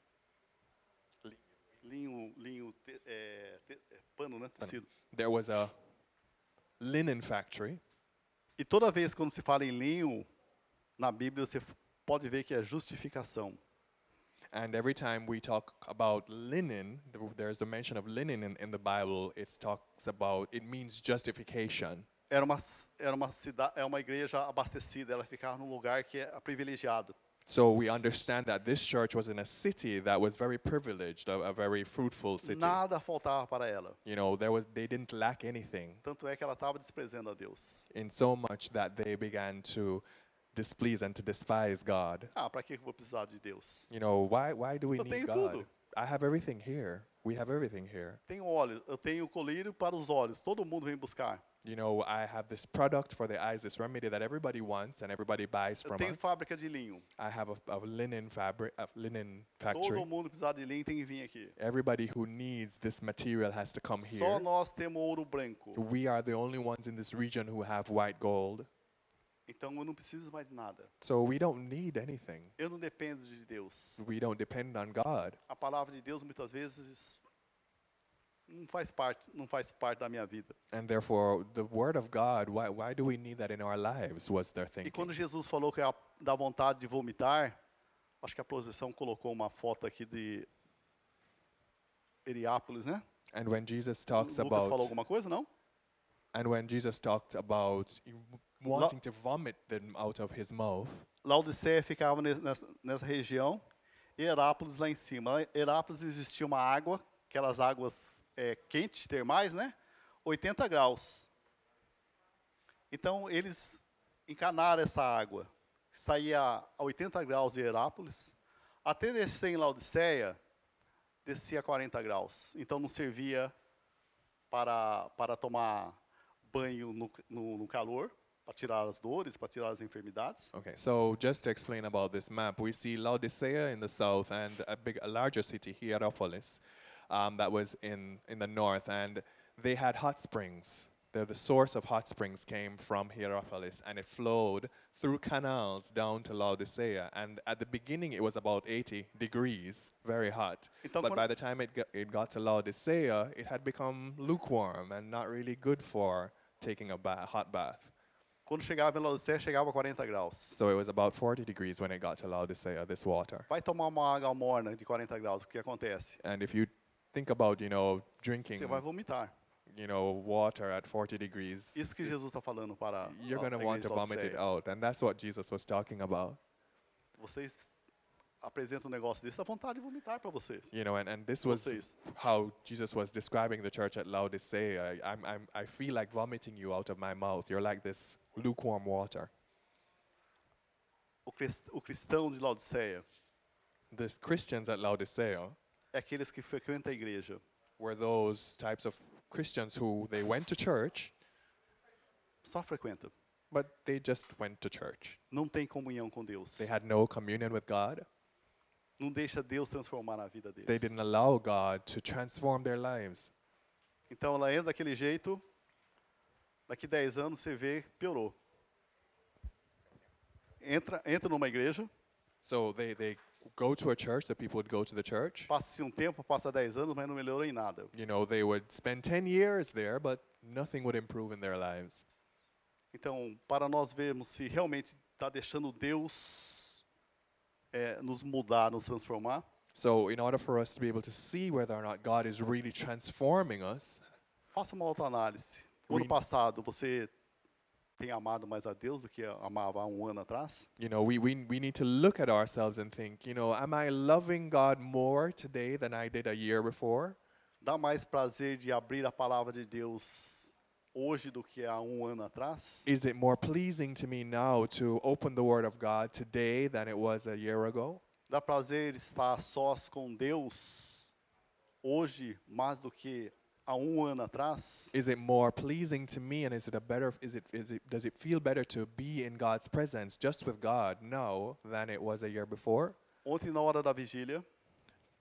Linho, linho, te- é, te- é, pano, né? Tecido. There was a linen factory. E toda vez quando se fala em linho, na Bíblia você f- pode ver que é justificação. And every time we talk about linen, th- there's the mention of linen in, in the Bible. It talks about, it means justification. Era uma, c- era uma cidade, é uma igreja abastecida, ela ficava num lugar que é privilegiado. So we understand that this church was in a city that was very privileged, a, a very fruitful city. Nada faltava para ela. You know, there was they didn't lack anything Tanto é que ela estava desprezando a Deus. in so much that they began to displease and to despise God. Ah, para que eu vou precisar de Deus? You know, why why do we Eu tenho need God? tudo. I have everything here. We have everything here. Tenho óleo, eu tenho colírio para os olhos, todo mundo vem buscar. You know, I have this product for the eyes, this remedy that everybody wants and everybody buys Eu from tenho us. fábrica de linho, I have a, a linen fabric, a linen factory. todo mundo precisa de linho tem que vir aqui. Everybody who needs this material has to come Só here. nós temos ouro branco, We are the only ones in this region who have white gold. então eu não preciso mais de nada. So we don't need anything. Eu não dependo de Deus. We don't depend on God. A palavra de Deus muitas vezes não faz parte, não faz parte da minha vida. And therefore, the word of God, why, why do we need that in our lives? Was their E thinking. quando Jesus falou que ia dar vontade de vomitar, acho que a posição colocou uma foto aqui de Heriápolis, né? And when Jesus talks Lucas falou about alguma coisa, não? and when Jesus talked about you w- wanting to vomit them out of his mouth, Laodiceia ficava nes- nessa, nessa região, e Herápolis lá em cima. Lá em Herápolis existia uma água, aquelas águas é, quentes, termais, né? 80 graus. Então, eles encanaram essa água. Saía a 80 graus de Herápolis. Até descer em Laodiceia, descia a 40 graus. Então, não servia para, para tomar banho no, no- no calor, para tirar as dores, para tirar as enfermidades. okay. So just to explain about this map, we see Laodicea in the south and a big, a larger city, Hierapolis, um, that was in in the north, and they had hot springs. The, the source of hot springs came from Hierapolis, and it flowed through canals down to Laodicea. And at the beginning, it was about 80 degrees, very hot. Então, But quando- by the time it got, it got to Laodicea, it had become lukewarm and not really good for taking a ba- hot bath. Quando chegava em Laodicea, chegava a 40 graus. So it was about 40 degrees when it got to Laodicea, this water. Vai tomar uma água morna de 40 graus, o que acontece? And if you think about, you know, drinking, Você vai vomitar. you know, water at 40 degrees, Isso que Jesus está falando para a- you're a going to igreja want to de vomit it Laodiceia. out. And that's what Jesus was talking about. Vocês apresentam um negócio desse, dá vontade de vomitar para vocês. You know, and, and this was Vocês. how Jesus was describing the church at Laodicea. I, I'm, I'm, I feel like vomiting you out of my mouth. You're like this lukewarm water. O, cris- o cristão de Laodiceia The Christians at Laodicea é aqueles que frequentam a igreja, were those types of Christians who they went to church, só frequenta. but they just went to church. Não tem comunhão com Deus. They had no communion with God. Não deixa Deus transformar a vida They deles. didn't allow God to transform their lives. Então ela entra daquele jeito, daqui 10 anos você vê, piorou. Entra, entra numa igreja, So they, they go to a church, the people would go to the church. passa um tempo, passa 10 anos, mas não melhorou em nada. You know, they would spend 10 years there, but nothing would improve in their lives. Então, para nós vermos se realmente está deixando Deus eh, nos mudar, nos transformar, So, in order for us to be able to see whether or not God is really transforming us, faça uma autoanálise. O ano We- passado, você tem amado mais a Deus do que amava há um ano atrás? you know, we, we, we need to look at ourselves and think, you know, am I loving God more today than I did a year before? Dá mais prazer de abrir a palavra de Deus hoje do que há um ano atrás? Is it more pleasing to me now to open the Word of God today than it was a year ago? Dá prazer estar a sós com Deus hoje mais do que há um ano atrás, Is it more pleasing to me and is it a better is it is it does it feel better to be in God's presence just with God now than it was a year before? ontem na hora da vigília,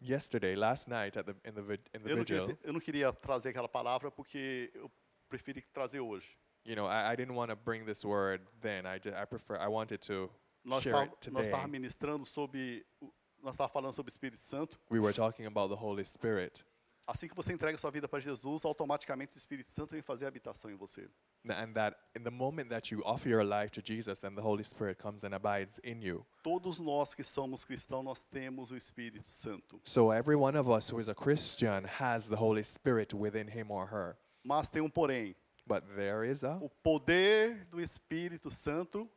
Yesterday, last night at the in the vid- in the eu não, queria, vigil, ter- eu não queria trazer aquela palavra porque eu preferi trazer hoje. you know, I, I didn't want to bring this word then. I ju- I prefer I wanted to Nós share tá- it nós today. estávamos ministrando sobre, o- nós estávamos falando sobre o Espírito Santo. We were talking about the Holy Spirit. Assim que você entrega sua vida para Jesus, automaticamente o Espírito Santo vem fazer habitação em você. N- And that in the moment that you offer your life to Jesus, then the Holy Spirit comes and abides in you. Todos nós que somos cristãos, nós temos o Espírito Santo. So every one of us who is a Christian has the Holy Spirit within him or her. Mas tem um porém. But there is a O poder do Espírito Santo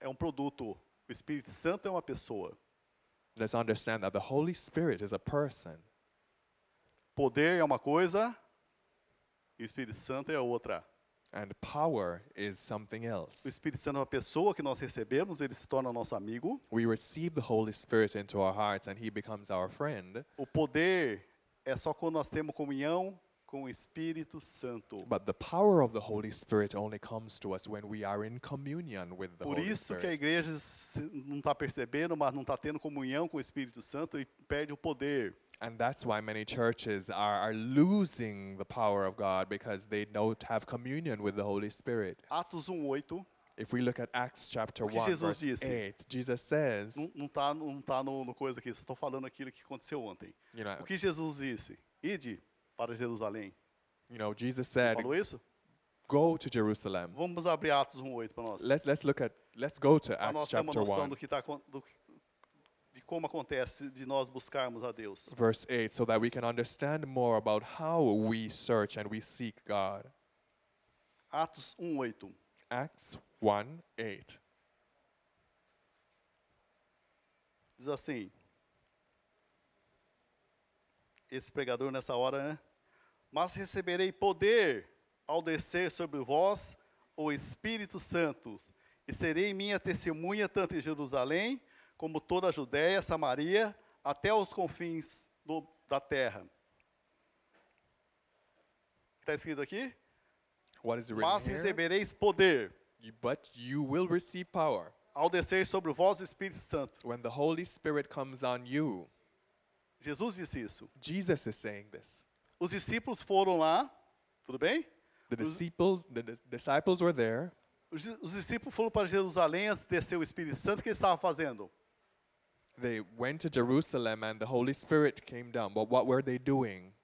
é um produto. O Espírito Santo é uma pessoa. let's understand that the Holy Spirit is a person. Poder é uma coisa e o Espírito Santo é outra. And power is something O else. Espírito Santo é uma pessoa que nós recebemos, ele se torna nosso amigo. We receive the Holy Spirit into our hearts and he becomes our friend. O poder é só quando nós temos comunhão com o Espírito Santo. But the power of the Holy Spirit only comes to us when we are in communion with the Por Holy isso que a Spirit. igreja se- não está percebendo, mas não está tendo comunhão com o Espírito Santo e perde o poder. And that's why many churches are, are losing the power of God because they don't have communion with the Holy Spirit. Atos 1:8 If we look at Acts chapter O que 1, Jesus "Mm, verse disse? 8, Jesus says, não não está não tá no, no coisa aqui, só estou falando aquilo que aconteceu ontem. you know, O que Jesus disse? Ide para Jerusalém. you know, Jesus said, Falou isso? go to Jerusalem. Vamos abrir Atos 1:8 para nós. Let's let's look at let's go to Para Acts nós ter uma chapter noção 1, do que tá, acon- do, que- de como acontece de nós buscarmos a Deus. verse 8 so that we can understand more about how we search and we seek God. Atos 1:8. Acts 1, 8. Diz assim: Esse pregador nessa hora, né? Mas receberei poder ao descer sobre vós o Espírito Santo, e serei minha testemunha tanto em Jerusalém, como toda a Judéia, Samaria, até os confins do- da terra. Está escrito aqui? What is it written Mas here? recebereis poder You, but you will receive power ao descer sobre vós o Espírito Santo. when the Holy Spirit comes on you. Jesus disse isso. Jesus is saying this. Os discípulos foram lá, tudo bem? The Os- disciples the dis- disciples were there. Os, dis- os discípulos foram para Jerusalém antes de descer o Espírito Santo. O que eles estavam fazendo? They went to Jerusalem and the Holy Spirit came down. But what were they doing?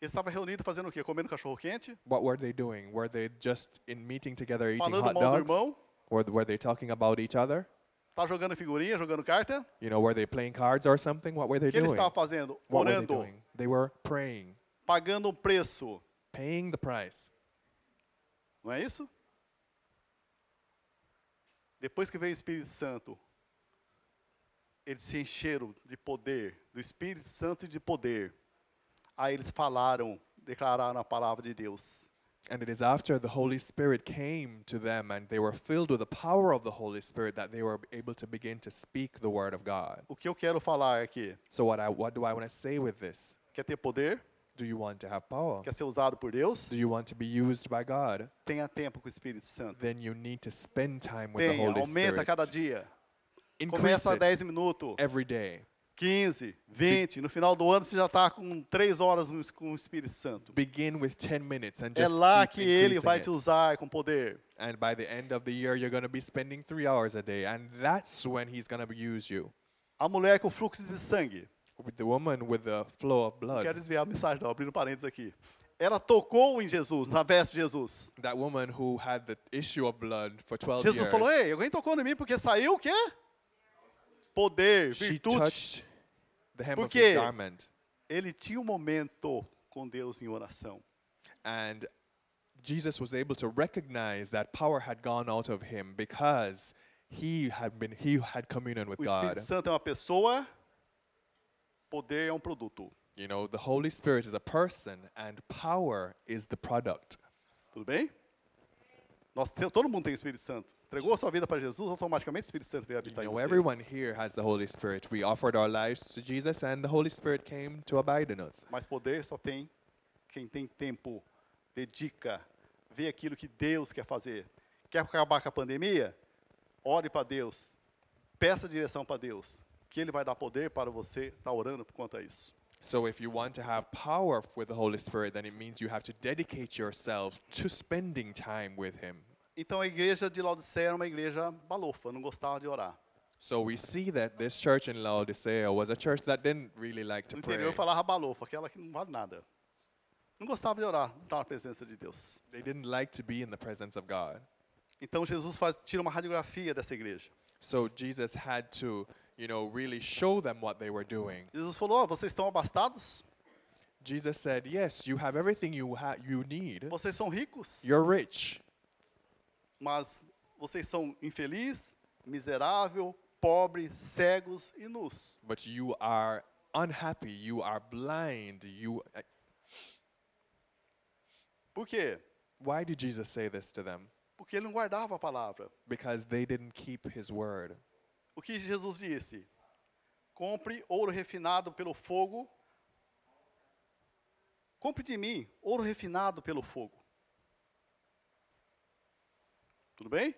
Eles estavam reunidos fazendo o quê? Comendo cachorro quente? What were they doing? Were they just in meeting together eating Falando hot mal do dogs? irmão? Were, were they talking about each other? Tá jogando figurinha, jogando carta? You know, were they playing cards or something? What were they O que eles doing? estavam fazendo? What were they Orando, doing? They were praying, pagando um preço. paying the price. Não é isso? Depois que veio o Espírito Santo, eles se encheram de poder, do Espírito Santo e de poder. Aí eles falaram, declararam a palavra de Deus. And it is after the Holy Spirit came to them and they were filled with the power of the Holy Spirit that they were able to begin to speak the word of God. O que eu quero falar aqui? So what I what do I want to say with this? Quer ter poder? Do you want to have power? Quer ser usado por Deus? Do you want to be used by God? Tenha tempo com o Espírito Santo. Then you need to spend time with the Tenha, Holy aumenta Spirit. cada dia. Increase Começa a it 10 minutos, every day. 15, 20. No final do ano você já está com 3 horas no- com o Espírito Santo. Begin with 10 minutes and É just lá keep que ele increasing vai it. te usar com poder. And by the end of the year, you're going to be spending three hours a day. And that's when he's going to use you. A mulher com fluxo de sangue. With the woman with the flow of blood, Quero desviar a mensagem, não, abrindo parênteses aqui. Ela tocou em Jesus, na veste de Jesus. that woman who had the issue of blood for 12 Jesus years, falou: Ei, alguém tocou em mim porque saiu o quê? Poder, she virtude. touched the hem of Porque- his garment. Ele tinha um momento com Deus em oração. And Jesus was able to recognize that power had gone out of him because he had been he had communion with O God. Espírito Santo é uma pessoa, poder é um produto. You know, the Holy Spirit is a person and power is the product. Tudo bem? Nós te- todo mundo tem Espírito Santo. Entregou a sua vida para Jesus, automaticamente o Espírito Santo veio habitar You em know, você. everyone here has the Holy Spirit. We offered our lives to Jesus, and the Holy Spirit came to abide in us. Mas poder só tem Quem tem tempo, dedica, vê aquilo que Deus quer fazer. Quer acabar com a pandemia? Ore para Deus. Peça direção para Deus, que Ele vai dar poder para você estar orando por conta disso. So if you want to have power with the Holy Spirit, then it means you have to dedicate yourself to spending time with Him. Então a igreja de Laodiceia era uma igreja balofa, não gostava de orar. So we see that this church in Laodicea was a church that didn't really like to No pray. interior falava balofa, aquela que não vale nada. Não gostava de orar, não estava na presença de Deus. They didn't like to be in the presence of God. Então Jesus faz, tira uma radiografia dessa igreja. So Jesus had to, you know, really show them what they were doing. Jesus falou: "Ó, vocês estão abastados? Jesus said, "Yes, you have everything you ha- you need. Vocês são ricos? You're rich, Mas vocês são infeliz, miserável, pobre, cegos e nus. but you are unhappy. You are blind. You uh, Por quê? Why did Jesus say this to them? Porque ele não guardava a palavra. Because they didn't keep his word. O que Jesus disse? Compre ouro refinado pelo fogo. Compre de mim ouro refinado pelo fogo. Tudo bem?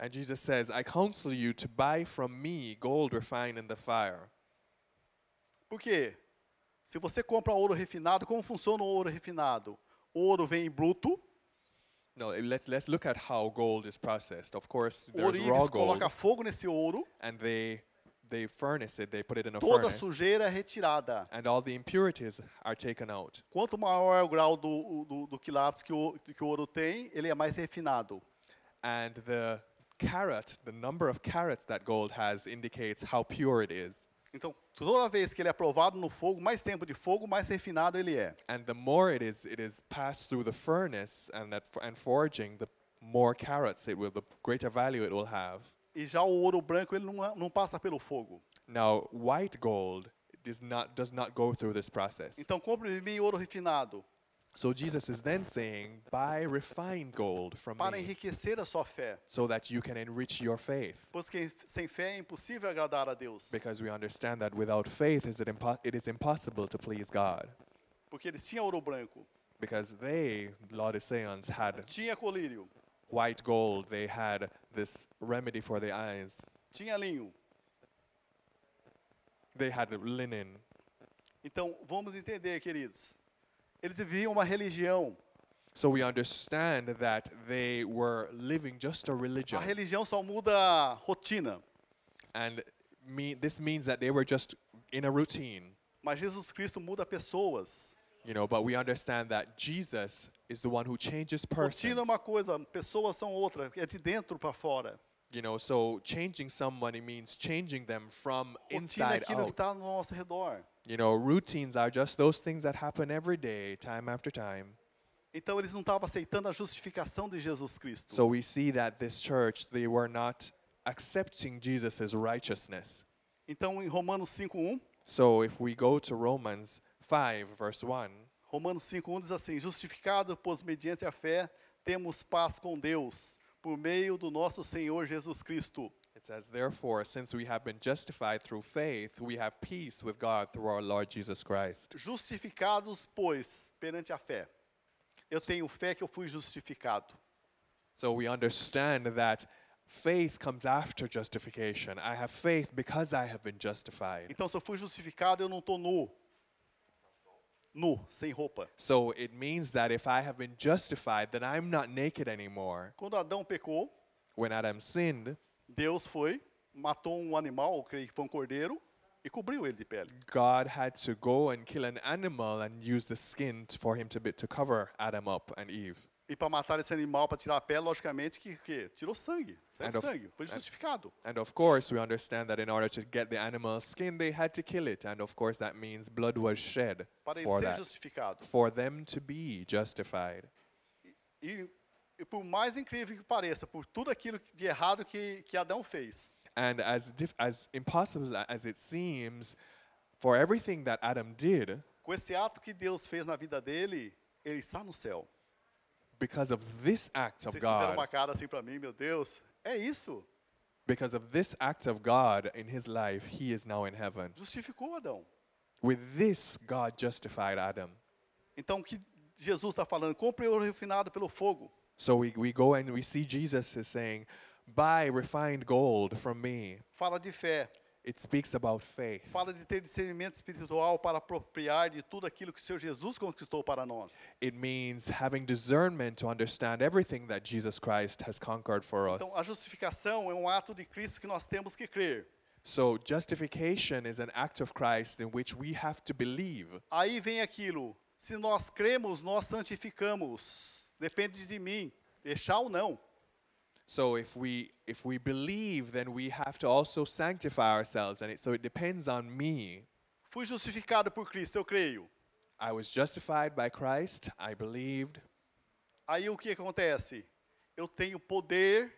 And Jesus says, "I counsel you to buy from me gold refined in the fire." Por quê? Se você compra ouro refinado, como funciona o ouro refinado? O ouro vem em bruto, No, eh, let's let's look at how gold is processed. Of course, o there's raw ourives gold, coloca fogo nesse ouro, and they they furnace it. They put it in a toda a furnace, sujeira é retirada. and all the impurities are taken out. Quanto maior é o grau do, do, do quilates que o, que o ouro tem, ele é mais refinado. And the carat, the number of carats that gold has indicates how pure it is. Então, toda vez que ele é provado no fogo, mais tempo de fogo, mais refinado ele é. And the more it is, it is passed through the furnace and that f- and forging, the more carats it will, the greater value it will have. E já o ouro branco, ele não, é- não passa pelo fogo. Now, white gold does not does not go through this process. Então, compre de mim ouro refinado So Jesus is then saying, buy refined gold from para me, enriquecer a sua fé. so that you can enrich your faith. Pois que sem fé é impossível agradar a Deus. Because we understand that without faith, is it, impo- it is impossible to please God. Porque eles tinham ouro branco, Because they, Laodiceans, had tinha colírio, white gold, they had this remedy for their eyes. tinha linho. They had linen. Então, vamos entender, queridos. Eles viviam uma religião. So we understand that they were living just a A religion. religião só muda a rotina. And me, this means that they were just in a routine, Mas Jesus Cristo muda pessoas. you know, but we understand that Jesus is the one who changes Rotina é persons. uma coisa, pessoas são outra. É de dentro para fora. You know, so changing someone it means changing them from Rotina é inside aquilo que out. está no nosso redor. You know, routines are just those things that happen every day, time after time. Então eles não estavam aceitando a justificação de Jesus Cristo. So we see that this church, they were not accepting Jesus' righteousness. então em Romanos 5:1, So if we go to Romans 5, verse 1, Romanos 5:1 diz assim: "Justificado, pois mediante a fé temos paz com Deus, por meio do nosso Senhor Jesus Cristo." it says, Therefore, since we have been justified through faith, we have peace with God through our Lord Jesus Christ. Justificados, pois, perante a fé. Eu tenho fé que eu fui justificado. So we understand that faith comes after justification. I have faith because I have been justified. Então se eu fui justificado, eu não estou nu. Nu, sem roupa. So it means that if I have been justified, then I'm not naked anymore. Quando Adão pecou, When Adam sinned, Deus foi, matou um animal, eu creio que foi um cordeiro, e cobriu ele de pele. God had to go and kill an animal and use the skin t- for him to be, to cover Adam up and Eve. E para matar esse animal, para tirar a pele, logicamente que, que tirou sangue, saiu And of- sangue, foi and- justificado. And of course, we understand that in order to get the animal's skin, they had to kill it. And of course, that means blood was shed Para ele for ser that, justificado. for them to be justified. E, e por mais incrível que pareça, por tudo aquilo de errado que, que Adão fez, And as diff- as impossible a- as it seems, for everything that Adam did, com esse ato que Deus fez na vida dele, ele está no céu. because of this act of Vocês fizeram uma God, cara assim para mim, meu Deus. É isso. because of this act of God in his life, he is now in heaven. Justificou Adão. With this, God justified Adam. Então, o que Jesus está falando? Compre ouro refinado pelo fogo. So we, we go and we see Jesus is saying, Buy refined gold from me. Fala de fé. It speaks about faith. Fala de ter discernimento espiritual para apropriar de tudo aquilo que o Senhor Jesus conquistou para nós. It means having discernment to understand everything that Jesus Christ has conquered for us. Então, a justificação é um ato de Cristo que nós temos que crer. So justification is an act of Christ in which we have to believe. Aí vem aquilo. Se nós cremos, nós santificamos. Depende de mim, deixar ou não. So if we if we believe, then we have to also sanctify ourselves, and it, so it depends on me. Fui justificado por Cristo, eu creio. I was justified by Christ. I believed. Aí o que acontece? Eu tenho poder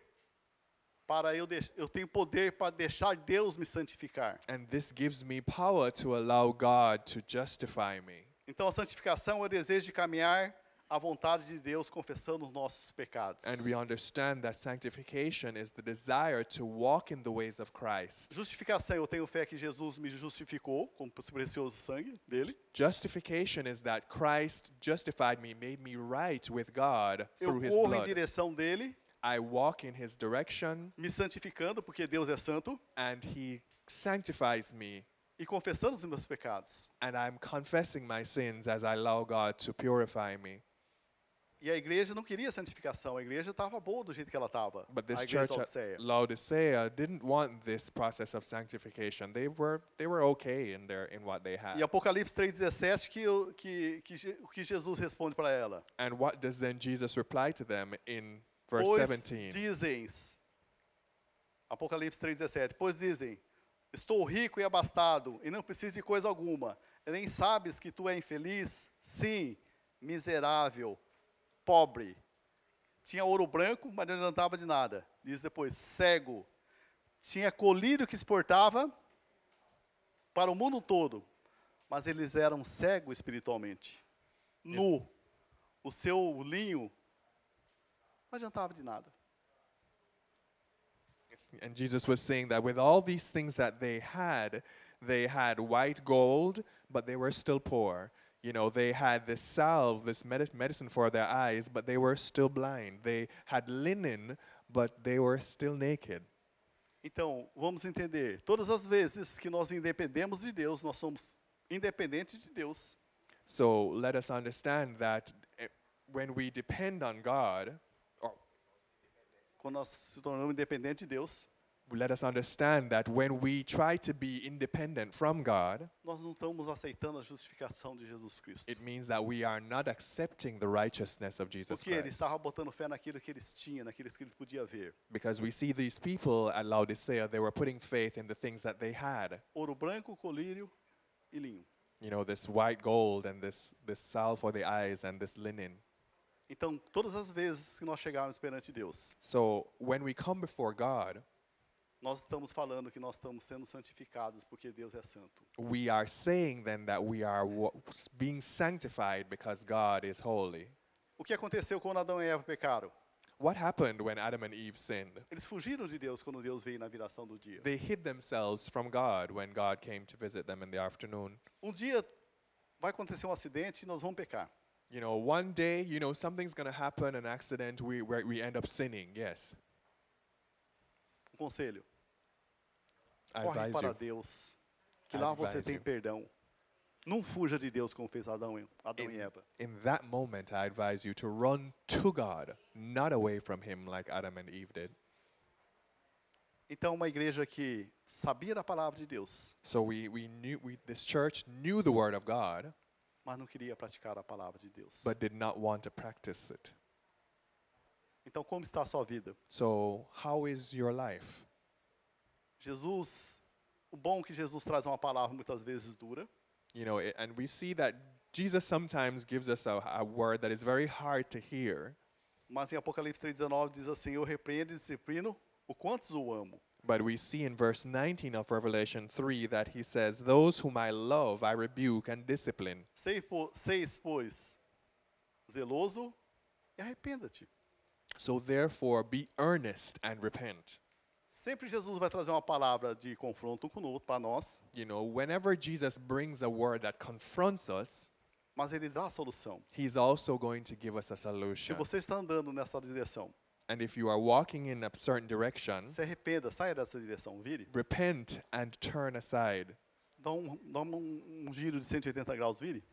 para eu deix- eu tenho poder para deixar Deus me santificar. And this gives me power to allow God to justify me. Então a santificação é o desejo de caminhar à vontade de Deus, confessando os nossos pecados. And we understand that sanctification is the desire to walk in the ways of Christ. Justificação, eu tenho fé que Jesus me justificou com o precioso sangue dele. Justification is that Christ justified me, made me right with God Eu through his corro em blood. direção dele, I walk in his direction me santificando, porque Deus é santo, and he sanctifies me e confessando os meus pecados. and I'm confessing my sins as I allow God to purify me. E a igreja não queria santificação, a igreja estava boa do jeito que ela estava. But A this igreja church uh, da at Laodiceia. Laodicea didn't want this process of sanctification. They were they were okay in their in what they had. E Apocalipse 3,17, que, eu- que, que, Je- o que Jesus responde para ela? And what does then Jesus reply to them in verse pois 17? dizem, Apocalipse 3,17, pois dizem, estou rico e abastado, e não preciso de coisa alguma, nem sabes que tu é infeliz? Sim, miserável, pobre, tinha ouro branco, mas não adiantava de nada. Diz depois, cego, tinha colírio que exportava para o mundo todo, mas eles eram cegos espiritualmente, nu, o seu linho não adiantava de nada. And Jesus was saying that with all these things that they had, they had white gold, but they were still poor. You know, they had this salve, this medi- medicine for their eyes, but they were still blind. They had linen, but they were still naked. Então, vamos entender. Todas as vezes que nós independemos de Deus, nós somos independentes de Deus. So let us understand that eh, when we depend on God, or Quando nós se tornamos independentes de Deus, let us understand that when we try to be independent from God, nós não estamos aceitando a justificação de Jesus Cristo. it means that we are not accepting the righteousness of Jesus Porque ele Christ. estava botando fé naquilo que eles tinham, naquilo que ele podia ver. Because we see these people at Laodicea, they were putting faith in the things that they had. Ouro branco, colírio e linho. You know, this white gold and this, this salve for the eyes and this linen. Então, todas as vezes que nós chegarmos perante Deus, So when we come before God, nós estamos falando que nós estamos sendo santificados porque Deus é santo. we are saying then that we are wa- being sanctified because God is holy. O que aconteceu quando Adão e Eva pecaram? What happened when Adam and Eve sinned? Eles fugiram de Deus quando Deus veio na viração do dia. They hid themselves from God when God came to visit them in the afternoon. Um dia vai acontecer um acidente e nós vamos pecar. You know, one day, you know, something's going to happen, an accident, we, we we end up sinning, yes. Um conselho: I corre advise para you. Deus, que lá você Advise tem you. perdão. Não fuja de Deus como fez Adão, e- Adão e in, Eva. in that moment, I advise you to run to God, not away from Him like Adam and Eve did. Então, uma igreja que sabia da palavra de Deus, So we, we knew we, this church knew the Word of God, mas não queria praticar a palavra de Deus. but did not want to practice it. Então, como está a sua vida? So how is your life? Jesus, o bom é que Jesus traz uma palavra muitas vezes dura, You know, it, and we see that Jesus sometimes gives us a, a word that is very hard to hear, mas em Apocalipse 3,19 diz assim: Eu repreendo e disciplino o quantos o amo. but we see in verse 19 of Revelation 3 that He says, "Those whom I love, I rebuke and discipline." Sei, po- seis, pois, zeloso e arrependa-te. So therefore, be earnest and repent. Sempre Jesus vai trazer uma palavra de confronto um para nós, You know, whenever Jesus brings a word that confronts us, mas ele dá a solução. He's also going to give us a Se solution. você está andando nessa direção, And if you are walking in a certain direction, se arrependa, saia dessa direção, vire. repent and turn aside. Dá um, dá um, um giro de 180 graus, vire.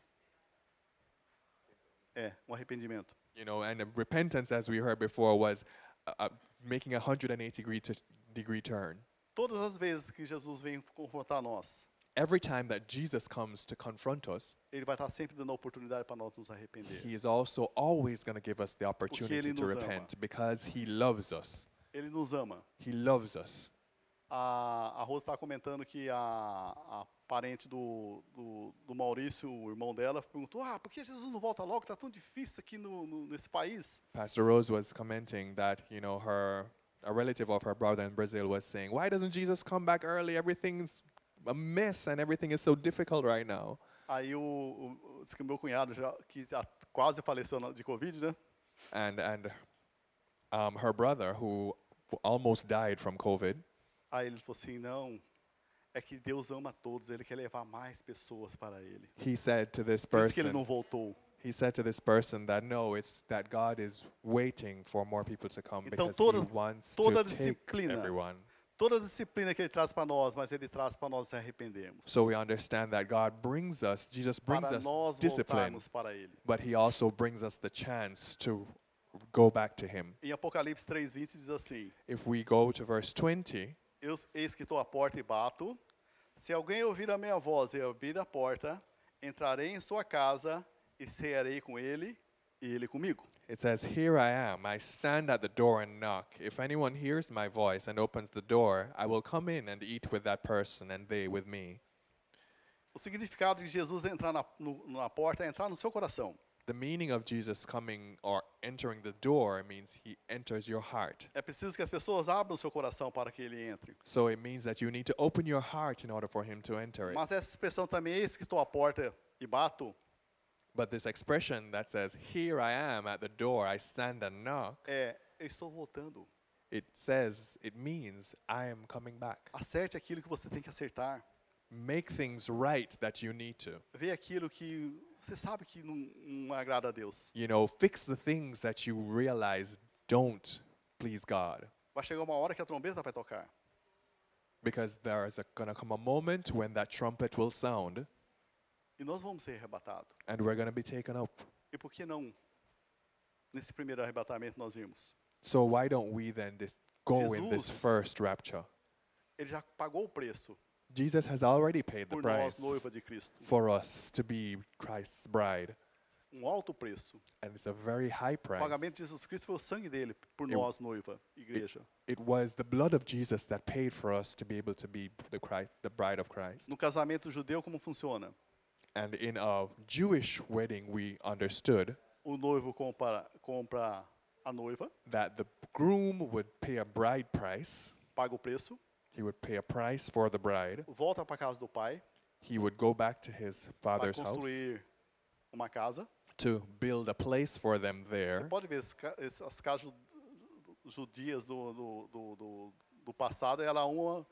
É, um arrependimento. You know, and uh, repentance, as we heard before, was uh, uh, making a 180 degree, t- degree turn. Todas as vezes que Jesus vem confrontar nós, Every time that Jesus comes to confront us, ele vai estar sempre dando a oportunidade para nós nos arrepender. He is also always going to give us the opportunity to nos ama. repent because He loves us. Ele nos ama. He loves us. A, a Rosa estava comentando que a, a parente do, do, do Maurício, o irmão dela, perguntou: Ah, por que Jesus não volta logo? Está tão difícil aqui no, no- nesse país. Pastor Rose was commenting that, you know, her a relative of her brother in Brazil was saying, "Why doesn't Jesus come back early? Everything's a mess and everything is so difficult right now." Aí o, o, disse que meu cunhado, já, que já quase faleceu na- de Covid, né? And and um, her brother who w- almost died from COVID, Aí ele falou assim: Não, é que Deus ama todos, ele quer levar mais pessoas para ele. he said to this Por isso que ele não person, voltou. he said to this person that no, it's that God is waiting for more people to come Então because toda- he wants toda to take disciplina everyone. Toda a disciplina que ele traz para nós, mas ele traz para nós se arrependermos. So we understand that God brings us, Jesus brings para us nós discipline, voltarmos para ele. but he also brings us the chance to go back to him. Em Apocalipse 3:20 diz assim: If we go to verse 20, Eu, eis que estou à porta e bato. Se alguém ouvir a minha voz e abrir a porta, entrarei em sua casa e cearei com ele e ele comigo. it says, Here I am, I stand at the door and knock. If anyone hears my voice and opens the door, I will come in and eat with that person and they with me. O significado de Jesus entrar na, no- na porta é entrar no seu coração. The meaning of Jesus coming or entering the door means he enters your heart. É preciso que as pessoas abram o seu coração para que ele entre. So it means that you need to open your heart in order for him to enter it. Mas essa expressão também, eis que estou à porta e bato, But this expression that says, Here I am at the door, I stand and knock, é eu estou voltando. it says, it means, I am coming back. Acerte aquilo que você tem que acertar. Make things right that you need to. Vê aquilo que você sabe que não, não agrada a Deus. You know, fix the things that you realize don't please God. Vai chegar uma hora que a trombeta vai tocar. Because there is going to come a moment when that trumpet will sound E nós vamos ser arrebatados. and we're going to be taken up. E por que não? Nesse primeiro arrebatamento nós vimos. So why don't we then dis- go in this Jesus. first rapture? Ele já pagou o preço Jesus has already paid the por nós, price noiva de Cristo. for us to be Christ's bride. Um alto preço. And it's a very high O price. pagamento de Jesus Cristo foi o sangue dele por Eu- nós, noiva, igreja. It was the blood of Jesus that paid for us to be able to be the Christ, the bride of Christ. No casamento judeu, como funciona? And in a Jewish wedding, we understood O noivo compra, compra a noiva, that the groom would pay a bride price. paga o preço, He would pay a price for the bride. volta para casa do pai He would go back to his para father's house construir uma casa. to build a place for them Você there. pode ver as, ca- es- as casas ju- judias do, do, do, do, do passado, ela é uma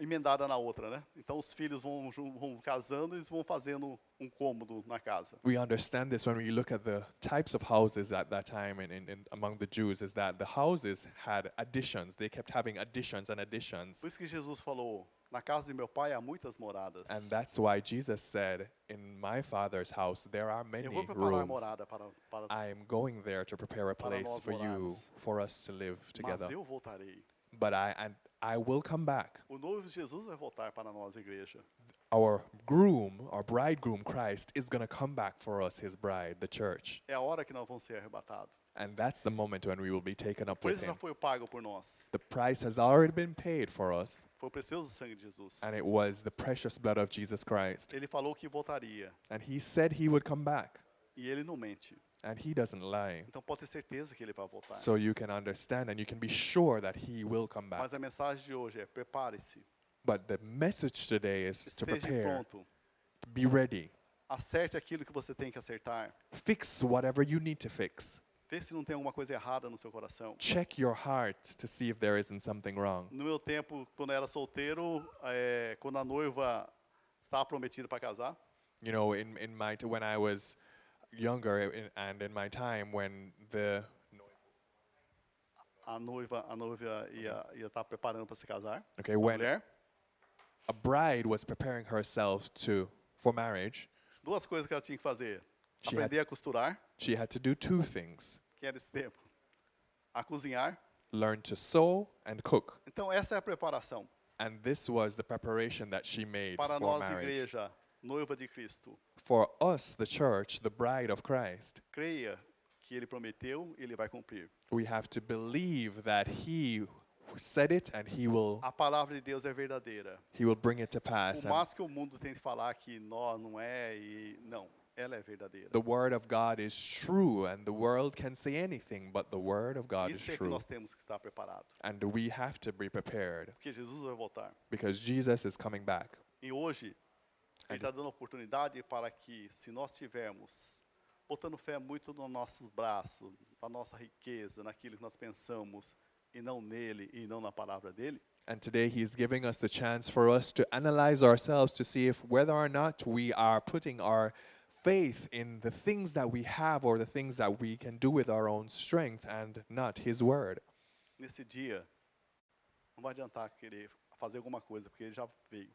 emendada na outra, né? Então os filhos vão, ju- vão casando e eles vão fazendo um cômodo na casa. We understand this when we look at the types of houses at that time in, in, in among the Jews is that the houses had additions. They kept having additions and additions. Por isso que Jesus falou: na casa de meu pai há muitas moradas. And that's why Jesus said, In my Father's house there are many Eu vou preparar a rooms. morada para, para I am going there to prepare a Para place nós for you, morarmos. for us to live together. mas eu voltarei. But I and I will come back. O noivo Jesus vai voltar para nós, igreja. Our groom, our bridegroom Christ, is going to come back for us, his bride, the church. É a hora que nós vamos ser arrebatados. And that's the moment when we will be taken up Por with isso já him. foi pago por nós. The price has already been paid for us, Foi o precioso sangue de Jesus. and it was the precious blood of Jesus Christ. Ele falou que voltaria And he said he would come back, e ele não mente. and he doesn't lie. Então pode ter certeza que ele vai voltar. So you can understand and you can be sure that he will come back. Mas a mensagem de hoje é: prepare-se, But the message today is to esteja prepare, pronto, to be ready, acerte aquilo que você tem que acertar. fix whatever you need to fix. Vê se não tem alguma coisa errada no seu coração. Check your heart to see if there isn't something wrong. No meu é, tempo, quando eu era solteiro, eh, quando a noiva estava prometida para casar, You know, in, in my t- when I was younger in, and in my time when the A noiva, a noiva ia ia estar preparando para se casar. okay A when mulher. a bride was preparing herself to for marriage, Duas coisas que ela tinha que fazer: She aprender a costurar, she had to do two things: que era esse tempo, a cozinhar. learn to sew and cook. Então essa é a preparação And this was the preparation that she made para for nós, marriage. igreja, noiva de Cristo. For us, the church, the bride of Christ, Creia que Ele prometeu, Ele vai cumprir. we have to believe that He who said it and He will A palavra de Deus é verdadeira. He will bring it to pass. Por And mais que o mundo tente falar que nó não é e não, ela é verdadeira. the word of God is true, and the world can say anything, but the word of God is Isso é que true. nós temos que estar preparado, And we have to be prepared porque Jesus vai voltar. because Jesus is coming back. E hoje ele está dando oportunidade para que, se nós tivermos botando fé muito no nosso braço, na nossa riqueza, naquilo que nós pensamos e não nele e não na palavra dele, And today he's giving us the chance for us to analyze ourselves to see if whether or not we are putting our faith in the things that we have or the things that we can do with our own strength and not his word. nesse dia não vai adiantar querer fazer alguma coisa, porque ele já veio.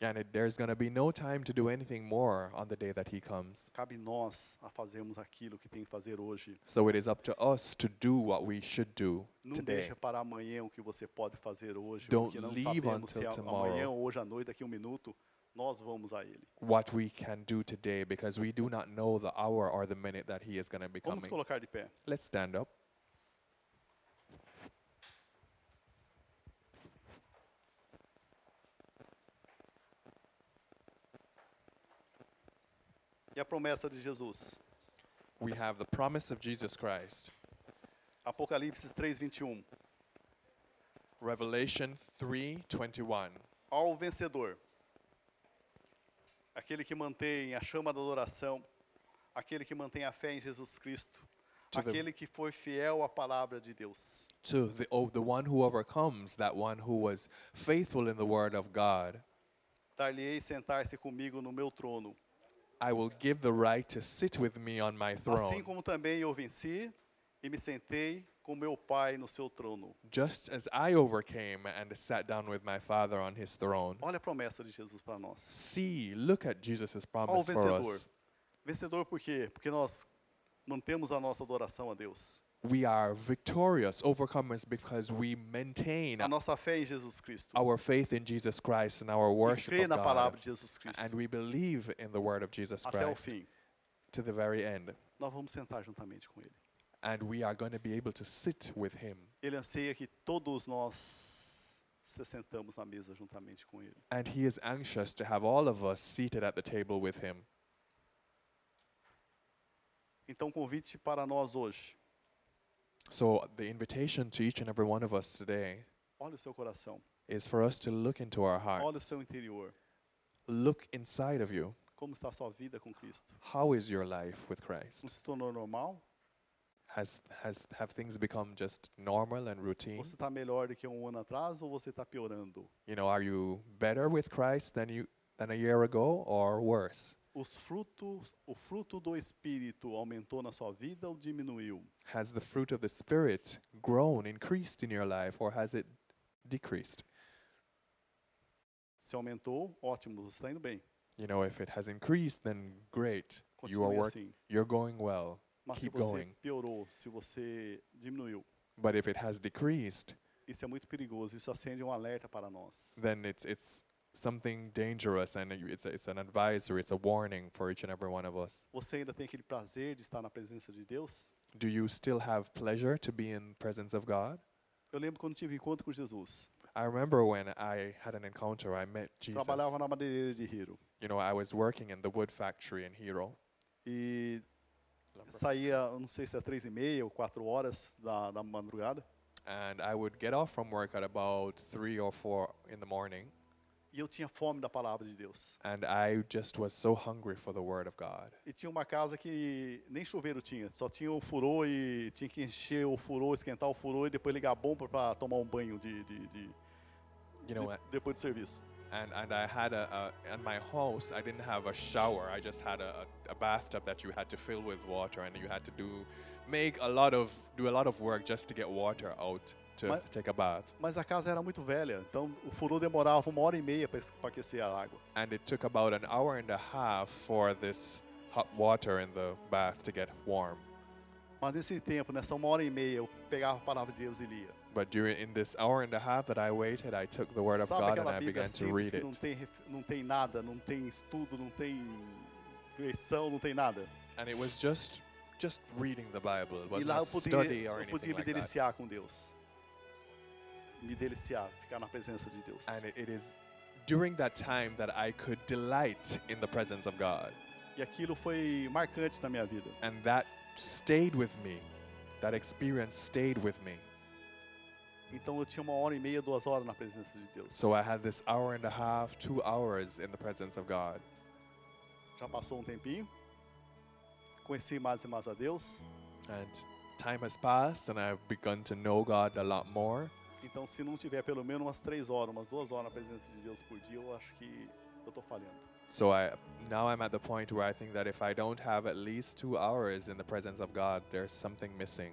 And it, there's going to be no time to do anything more on the day that he comes. Cabe nós a fazermos aquilo que tem que fazer hoje. So it is up to us to do what we should do Não today. deixa para amanhã o que você pode fazer hoje, Don't porque não leave sabemos until se a- tomorrow. amanhã, hoje à noite, daqui a um minuto, nós vamos a ele. What we can do today because we do not know the hour or the minute that he is going to be Vamos coming. colocar de pé. Let's stand up. E a promessa de Jesus. We have the promise of Jesus Christ. Apocalipse 3:21. Revelation 3:21. Ao vencedor, aquele que mantém a chama da adoração, aquele que mantém a fé em Jesus Cristo, To the- aquele que foi fiel à palavra de Deus. To the oh, the one who overcomes, that one who was faithful in the word of God, Dar-lhe-ei sentar-se comigo no meu trono, I will give the right to sit with me on my assim throne, como também eu venci e me sentei com meu Pai no seu trono. just as I overcame and sat down with my Father on his throne. Olha a promessa de Jesus para nós. See, look at Jesus' Ao promise for vencedor. us. Vencedor por quê? Porque nós mantemos a nossa adoração a Deus, We are victorious overcomers because we maintain a nossa fé em Jesus Cristo. our faith in Jesus Christ and our e worship crê of na palavra God. de Jesus Cristo And we believe in the word of Jesus até o Christ fim. to the very end. Nós vamos sentar juntamente com Ele. and we are going to be able to sit with him. Ele anseia que todos nós se sentamos na mesa juntamente com Ele. And he is anxious to have all of us seated at the table with him. Então, convite para nós hoje. So, the invitation to each and every one of us today Olha o seu coração, is for us to look into our heart. olha o seu interior. Look inside of you. Como está a sua vida com Cristo? How is your life with Não Christ? se tornou normal? Has, has, have things become just normal and routine? Você está melhor do que um ano atrás ou você está piorando? You know, are you better with Christ than, you, than a year ago or worse? Os frutos, o fruto do Espírito aumentou na sua vida ou diminuiu? Has the fruit of the Spirit grown, increased in your life, or has it decreased? Se aumentou, ótimo, você está indo bem. You know, if it has increased, then great. You are Continue working. assim. You're going well. Mas se Keep você going. piorou, se você diminuiu, But if it has decreased, isso é muito perigoso. Isso acende um alerta para nós. then it's it's something dangerous, and you- it's a, it's an advisory, it's a warning for each and every one of us. Você ainda tem aquele prazer de estar na presença de Deus? Do you still have pleasure to be in presence of God? Eu lembro quando tive encontro com Jesus. I remember when I had an encounter. I met Jesus. Trabalhava na madeireira de Hiro You know, I was working in the wood factory in Hiro. e saía, eu não sei se é três e meia ou quatro horas da, da madrugada, And I would get off from work at about three or four in the morning, e eu tinha fome da palavra de Deus. and I just was so hungry for the Word of God. E tinha uma casa que nem chuveiro tinha, só tinha o furô e tinha que encher o furô, esquentar o furô e depois ligar a bomba para tomar um banho de, de- de- You know, de- depois do serviço. and, and I had a, a in my house I didn't have a shower. I just had a, a, a bathtub that you had to fill with water, and you had to do make a lot of do a lot of work just to get water out to Mas- take a bath. Mas a casa era muito velha, então o furor demorava uma hora e meia para aquecer a água. And it took about an hour and a half for this hot water in the bath to get warm. Mas nesse tempo, nessa uma hora e meia, eu pegava a palavra de Deus e lia. But during in this hour and a half that I waited, I took the word of Sabe God and aquela I Bíblia began to simples read que it. não tem, ref- não tem nada, não tem estudo, não tem versão, não tem nada? And it was just just reading the Bible. It e lá eu wasn't a study podia, or eu podia anything me like that. deliciar com Deus. Me deliciar, ficar na presença de Deus. And it- it is during that time that I could delight in the presence of God. E aquilo foi marcante na minha vida. And that stayed with me. That experience stayed with me. Então eu tinha uma hora e meia, duas horas na presença de Deus. So uh, I had this hour and a half, two hours in the presence of God. Já passou um tempinho. Conheci mais e mais a Deus. And time has passed, and I've begun to know God a lot more. Então, se não tiver pelo menos umas três horas, umas duas horas na presença de Deus por dia, eu acho que eu tô falhando. So I now I'm at the point where I think that if I don't have at least two hours in the presence of God, there's something missing.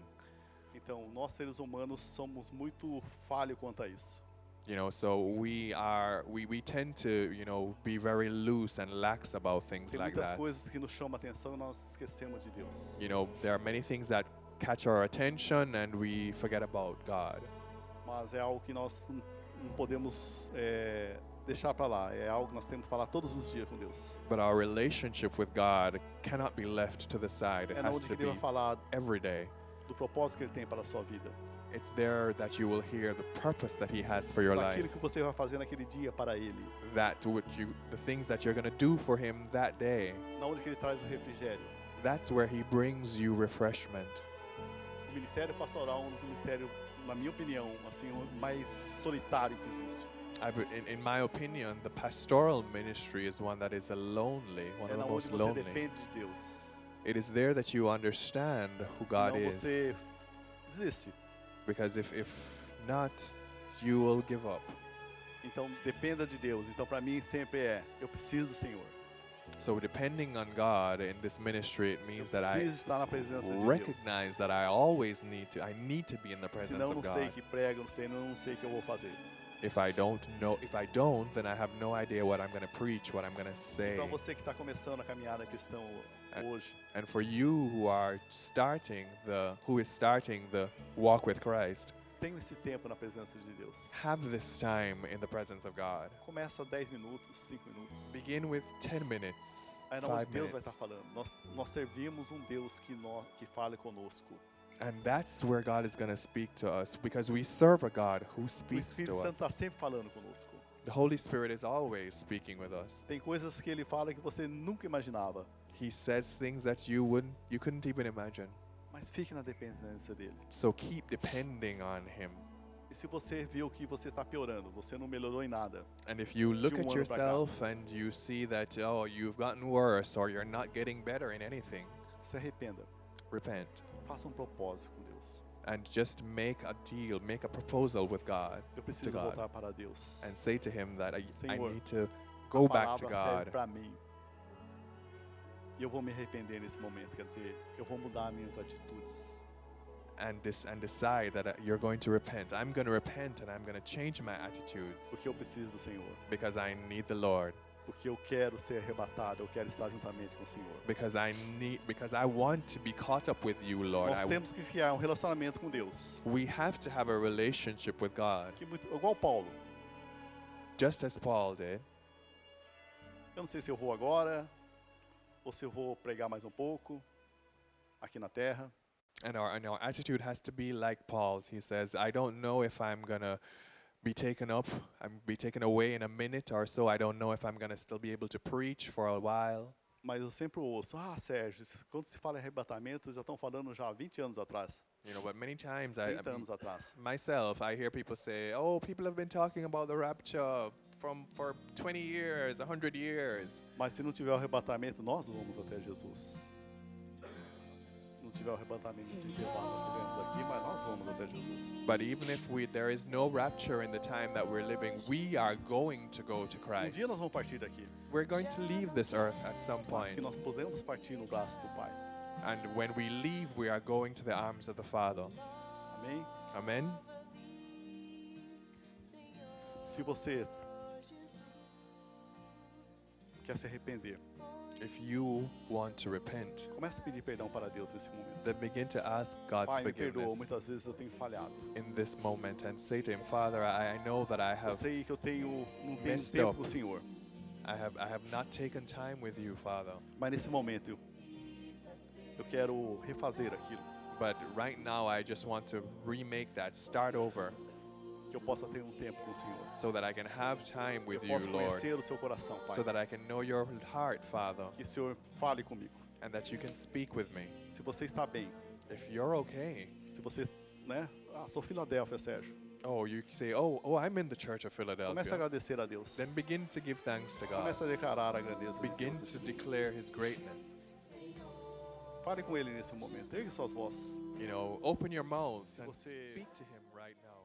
Então, nós seres humanos somos muito falho quanto a isso. You know, so we are we, we tend to you know be very loose and lax about things Tem like muitas that. coisas que nos chamam a atenção e nós esquecemos de Deus. You know, there are many things that catch our attention and we forget about God. Mas é algo que nós n- não podemos é, deixar para lá. É algo que nós temos que falar todos os dias com Deus. But our relationship with God cannot be left to the side. It É na has onde que to Ele be vai falar every day. do propósito que Ele tem para a sua vida. It's there that you will hear the purpose that He has for your life. Daquilo que você vai fazer naquele dia para Ele. that what you the things that you're going to do for him that day Na onde que Ele traz o refrigério. that's where he brings you refreshment O ministério pastoral é um dos ministérios, na minha opinião, assim, o mais solitário que existe. I, be- in, in my opinion the pastoral ministry is one that is a lonely one é of na the onde most você lonely depende de Deus. it is there that you understand who god Senão is você desiste. because if if not you will give up Então dependa de Deus. Então para mim sempre é, eu preciso do Senhor. so depending on god in this ministry it Eu means that i preciso estar na presença de recognize that i always need to i need to be in the Deus. presence Senão eu of não sei god que prego, não sei, eu não sei o que eu vou fazer. if i don't know if i don't then i have no idea what i'm going to preach what i'm going to say Para você que está começando a caminhada cristã É. hoje, And for you who are starting the who is starting the walk with Christ, tenha esse tempo na presença de Deus. have this time in the presence of God. Começa 10 minutos, 5 minutos. Begin with 10 minutes, Aí na onde 5 Deus vai estar minutes. falando. Nós, nós servimos um Deus que, nó- que fala conosco. And that's where God is going to speak to us because we serve a God who O speaks to Espírito Santo us. está sempre falando conosco. The Holy Spirit is always speaking with us. Tem coisas que ele fala que você nunca imaginava. He says things that you wouldn't you couldn't even imagine. Mas fique na dependência dele. So keep depending on him. E se você viu que você está piorando, você não melhorou em nada, And if you look um at ano pra cá. yourself and you see that oh you've gotten worse or you're not getting better in anything, se arrependa. repent. Faça um propósito com Deus. and just make a deal, make a proposal with God Eu preciso God. voltar para Deus. and say to him that I, I Senhor, need to go a back to palavra serve God. para mim. E eu vou me arrepender nesse momento. Quer dizer, eu vou mudar minhas atitudes. And, dis- and decide that uh, you're going to repent. I'm going to repent and I'm going to change my attitudes Porque eu preciso do Senhor. because I need the Lord. Porque eu quero ser arrebatado. Eu quero estar juntamente com o Senhor. Because I need because I want to be caught up with you, Lord. I Nós w- temos que criar um relacionamento com Deus. we have to have a relationship with God, Que muito, igual Paulo. just as Paul did. Eu não sei se eu vou agora ou se eu vou pregar mais um pouco aqui na terra. And our and our attitude has to be like Paul's. He says, "I don't know if I'm gonna be taken up, I'm be taken away in a minute or so. I don't know if I'm gonna still be able to preach for a while." Mas eu sempre ouço, ah, Sérgio, isso- quando se fala em arrebatamento, já estão falando já há 20 anos atrás, You know, but many times I, 30 anos atrás. myself I hear people say, "Oh, people have been talking about the rapture from for 20 years, 100 years." Mas se não tiver o arrebatamento, nós vamos até Jesus. Não não tiver o arrebatamento nesse intervalo, nós estivemos aqui, mas nós vamos até Jesus. Um But even if we there is no rapture in the time that we're living, we are going to go to Um Christ. dia nós vamos partir daqui, We're going to leave this earth at some mas que point, nós podemos partir no braço do Pai. and when we leave, we are going to the arms of the Father. Amém? Amen. Se você quer se arrepender, If you want to repent, comece a pedir perdão para Deus nesse momento. then begin to ask God's Pai, me perdoa, forgiveness muitas vezes eu tenho falhado. in this moment and say to Him, Father, I, I know that I Eu have, sei que eu tenho não tenho Messed tempo up. com o Senhor, I have, I have not taken time with you, Father. mas nesse momento eu- eu quero refazer aquilo, But right now, I just want to remake that, start over, que eu possa ter um tempo com o Senhor. so that I can have time Eu with you, posso Lord, conhecer o seu coração, Pai. so that I can know your heart, Father, Que o Senhor fale comigo. and that you can speak with me. Se você está bem, If you're okay, se você, né? Ah, sou Filadélfia, Sérgio. oh, you say, oh, oh, I'm in the Church Comece of a Philadelphia. agradecer a Deus. Then begin to give thanks to God. Comece a declarar a grandeza de Begin Deus. to declare His greatness. Fale com ele nesse momento. Ergue suas vozes. You know, open your mouths and você- speak to Him right now.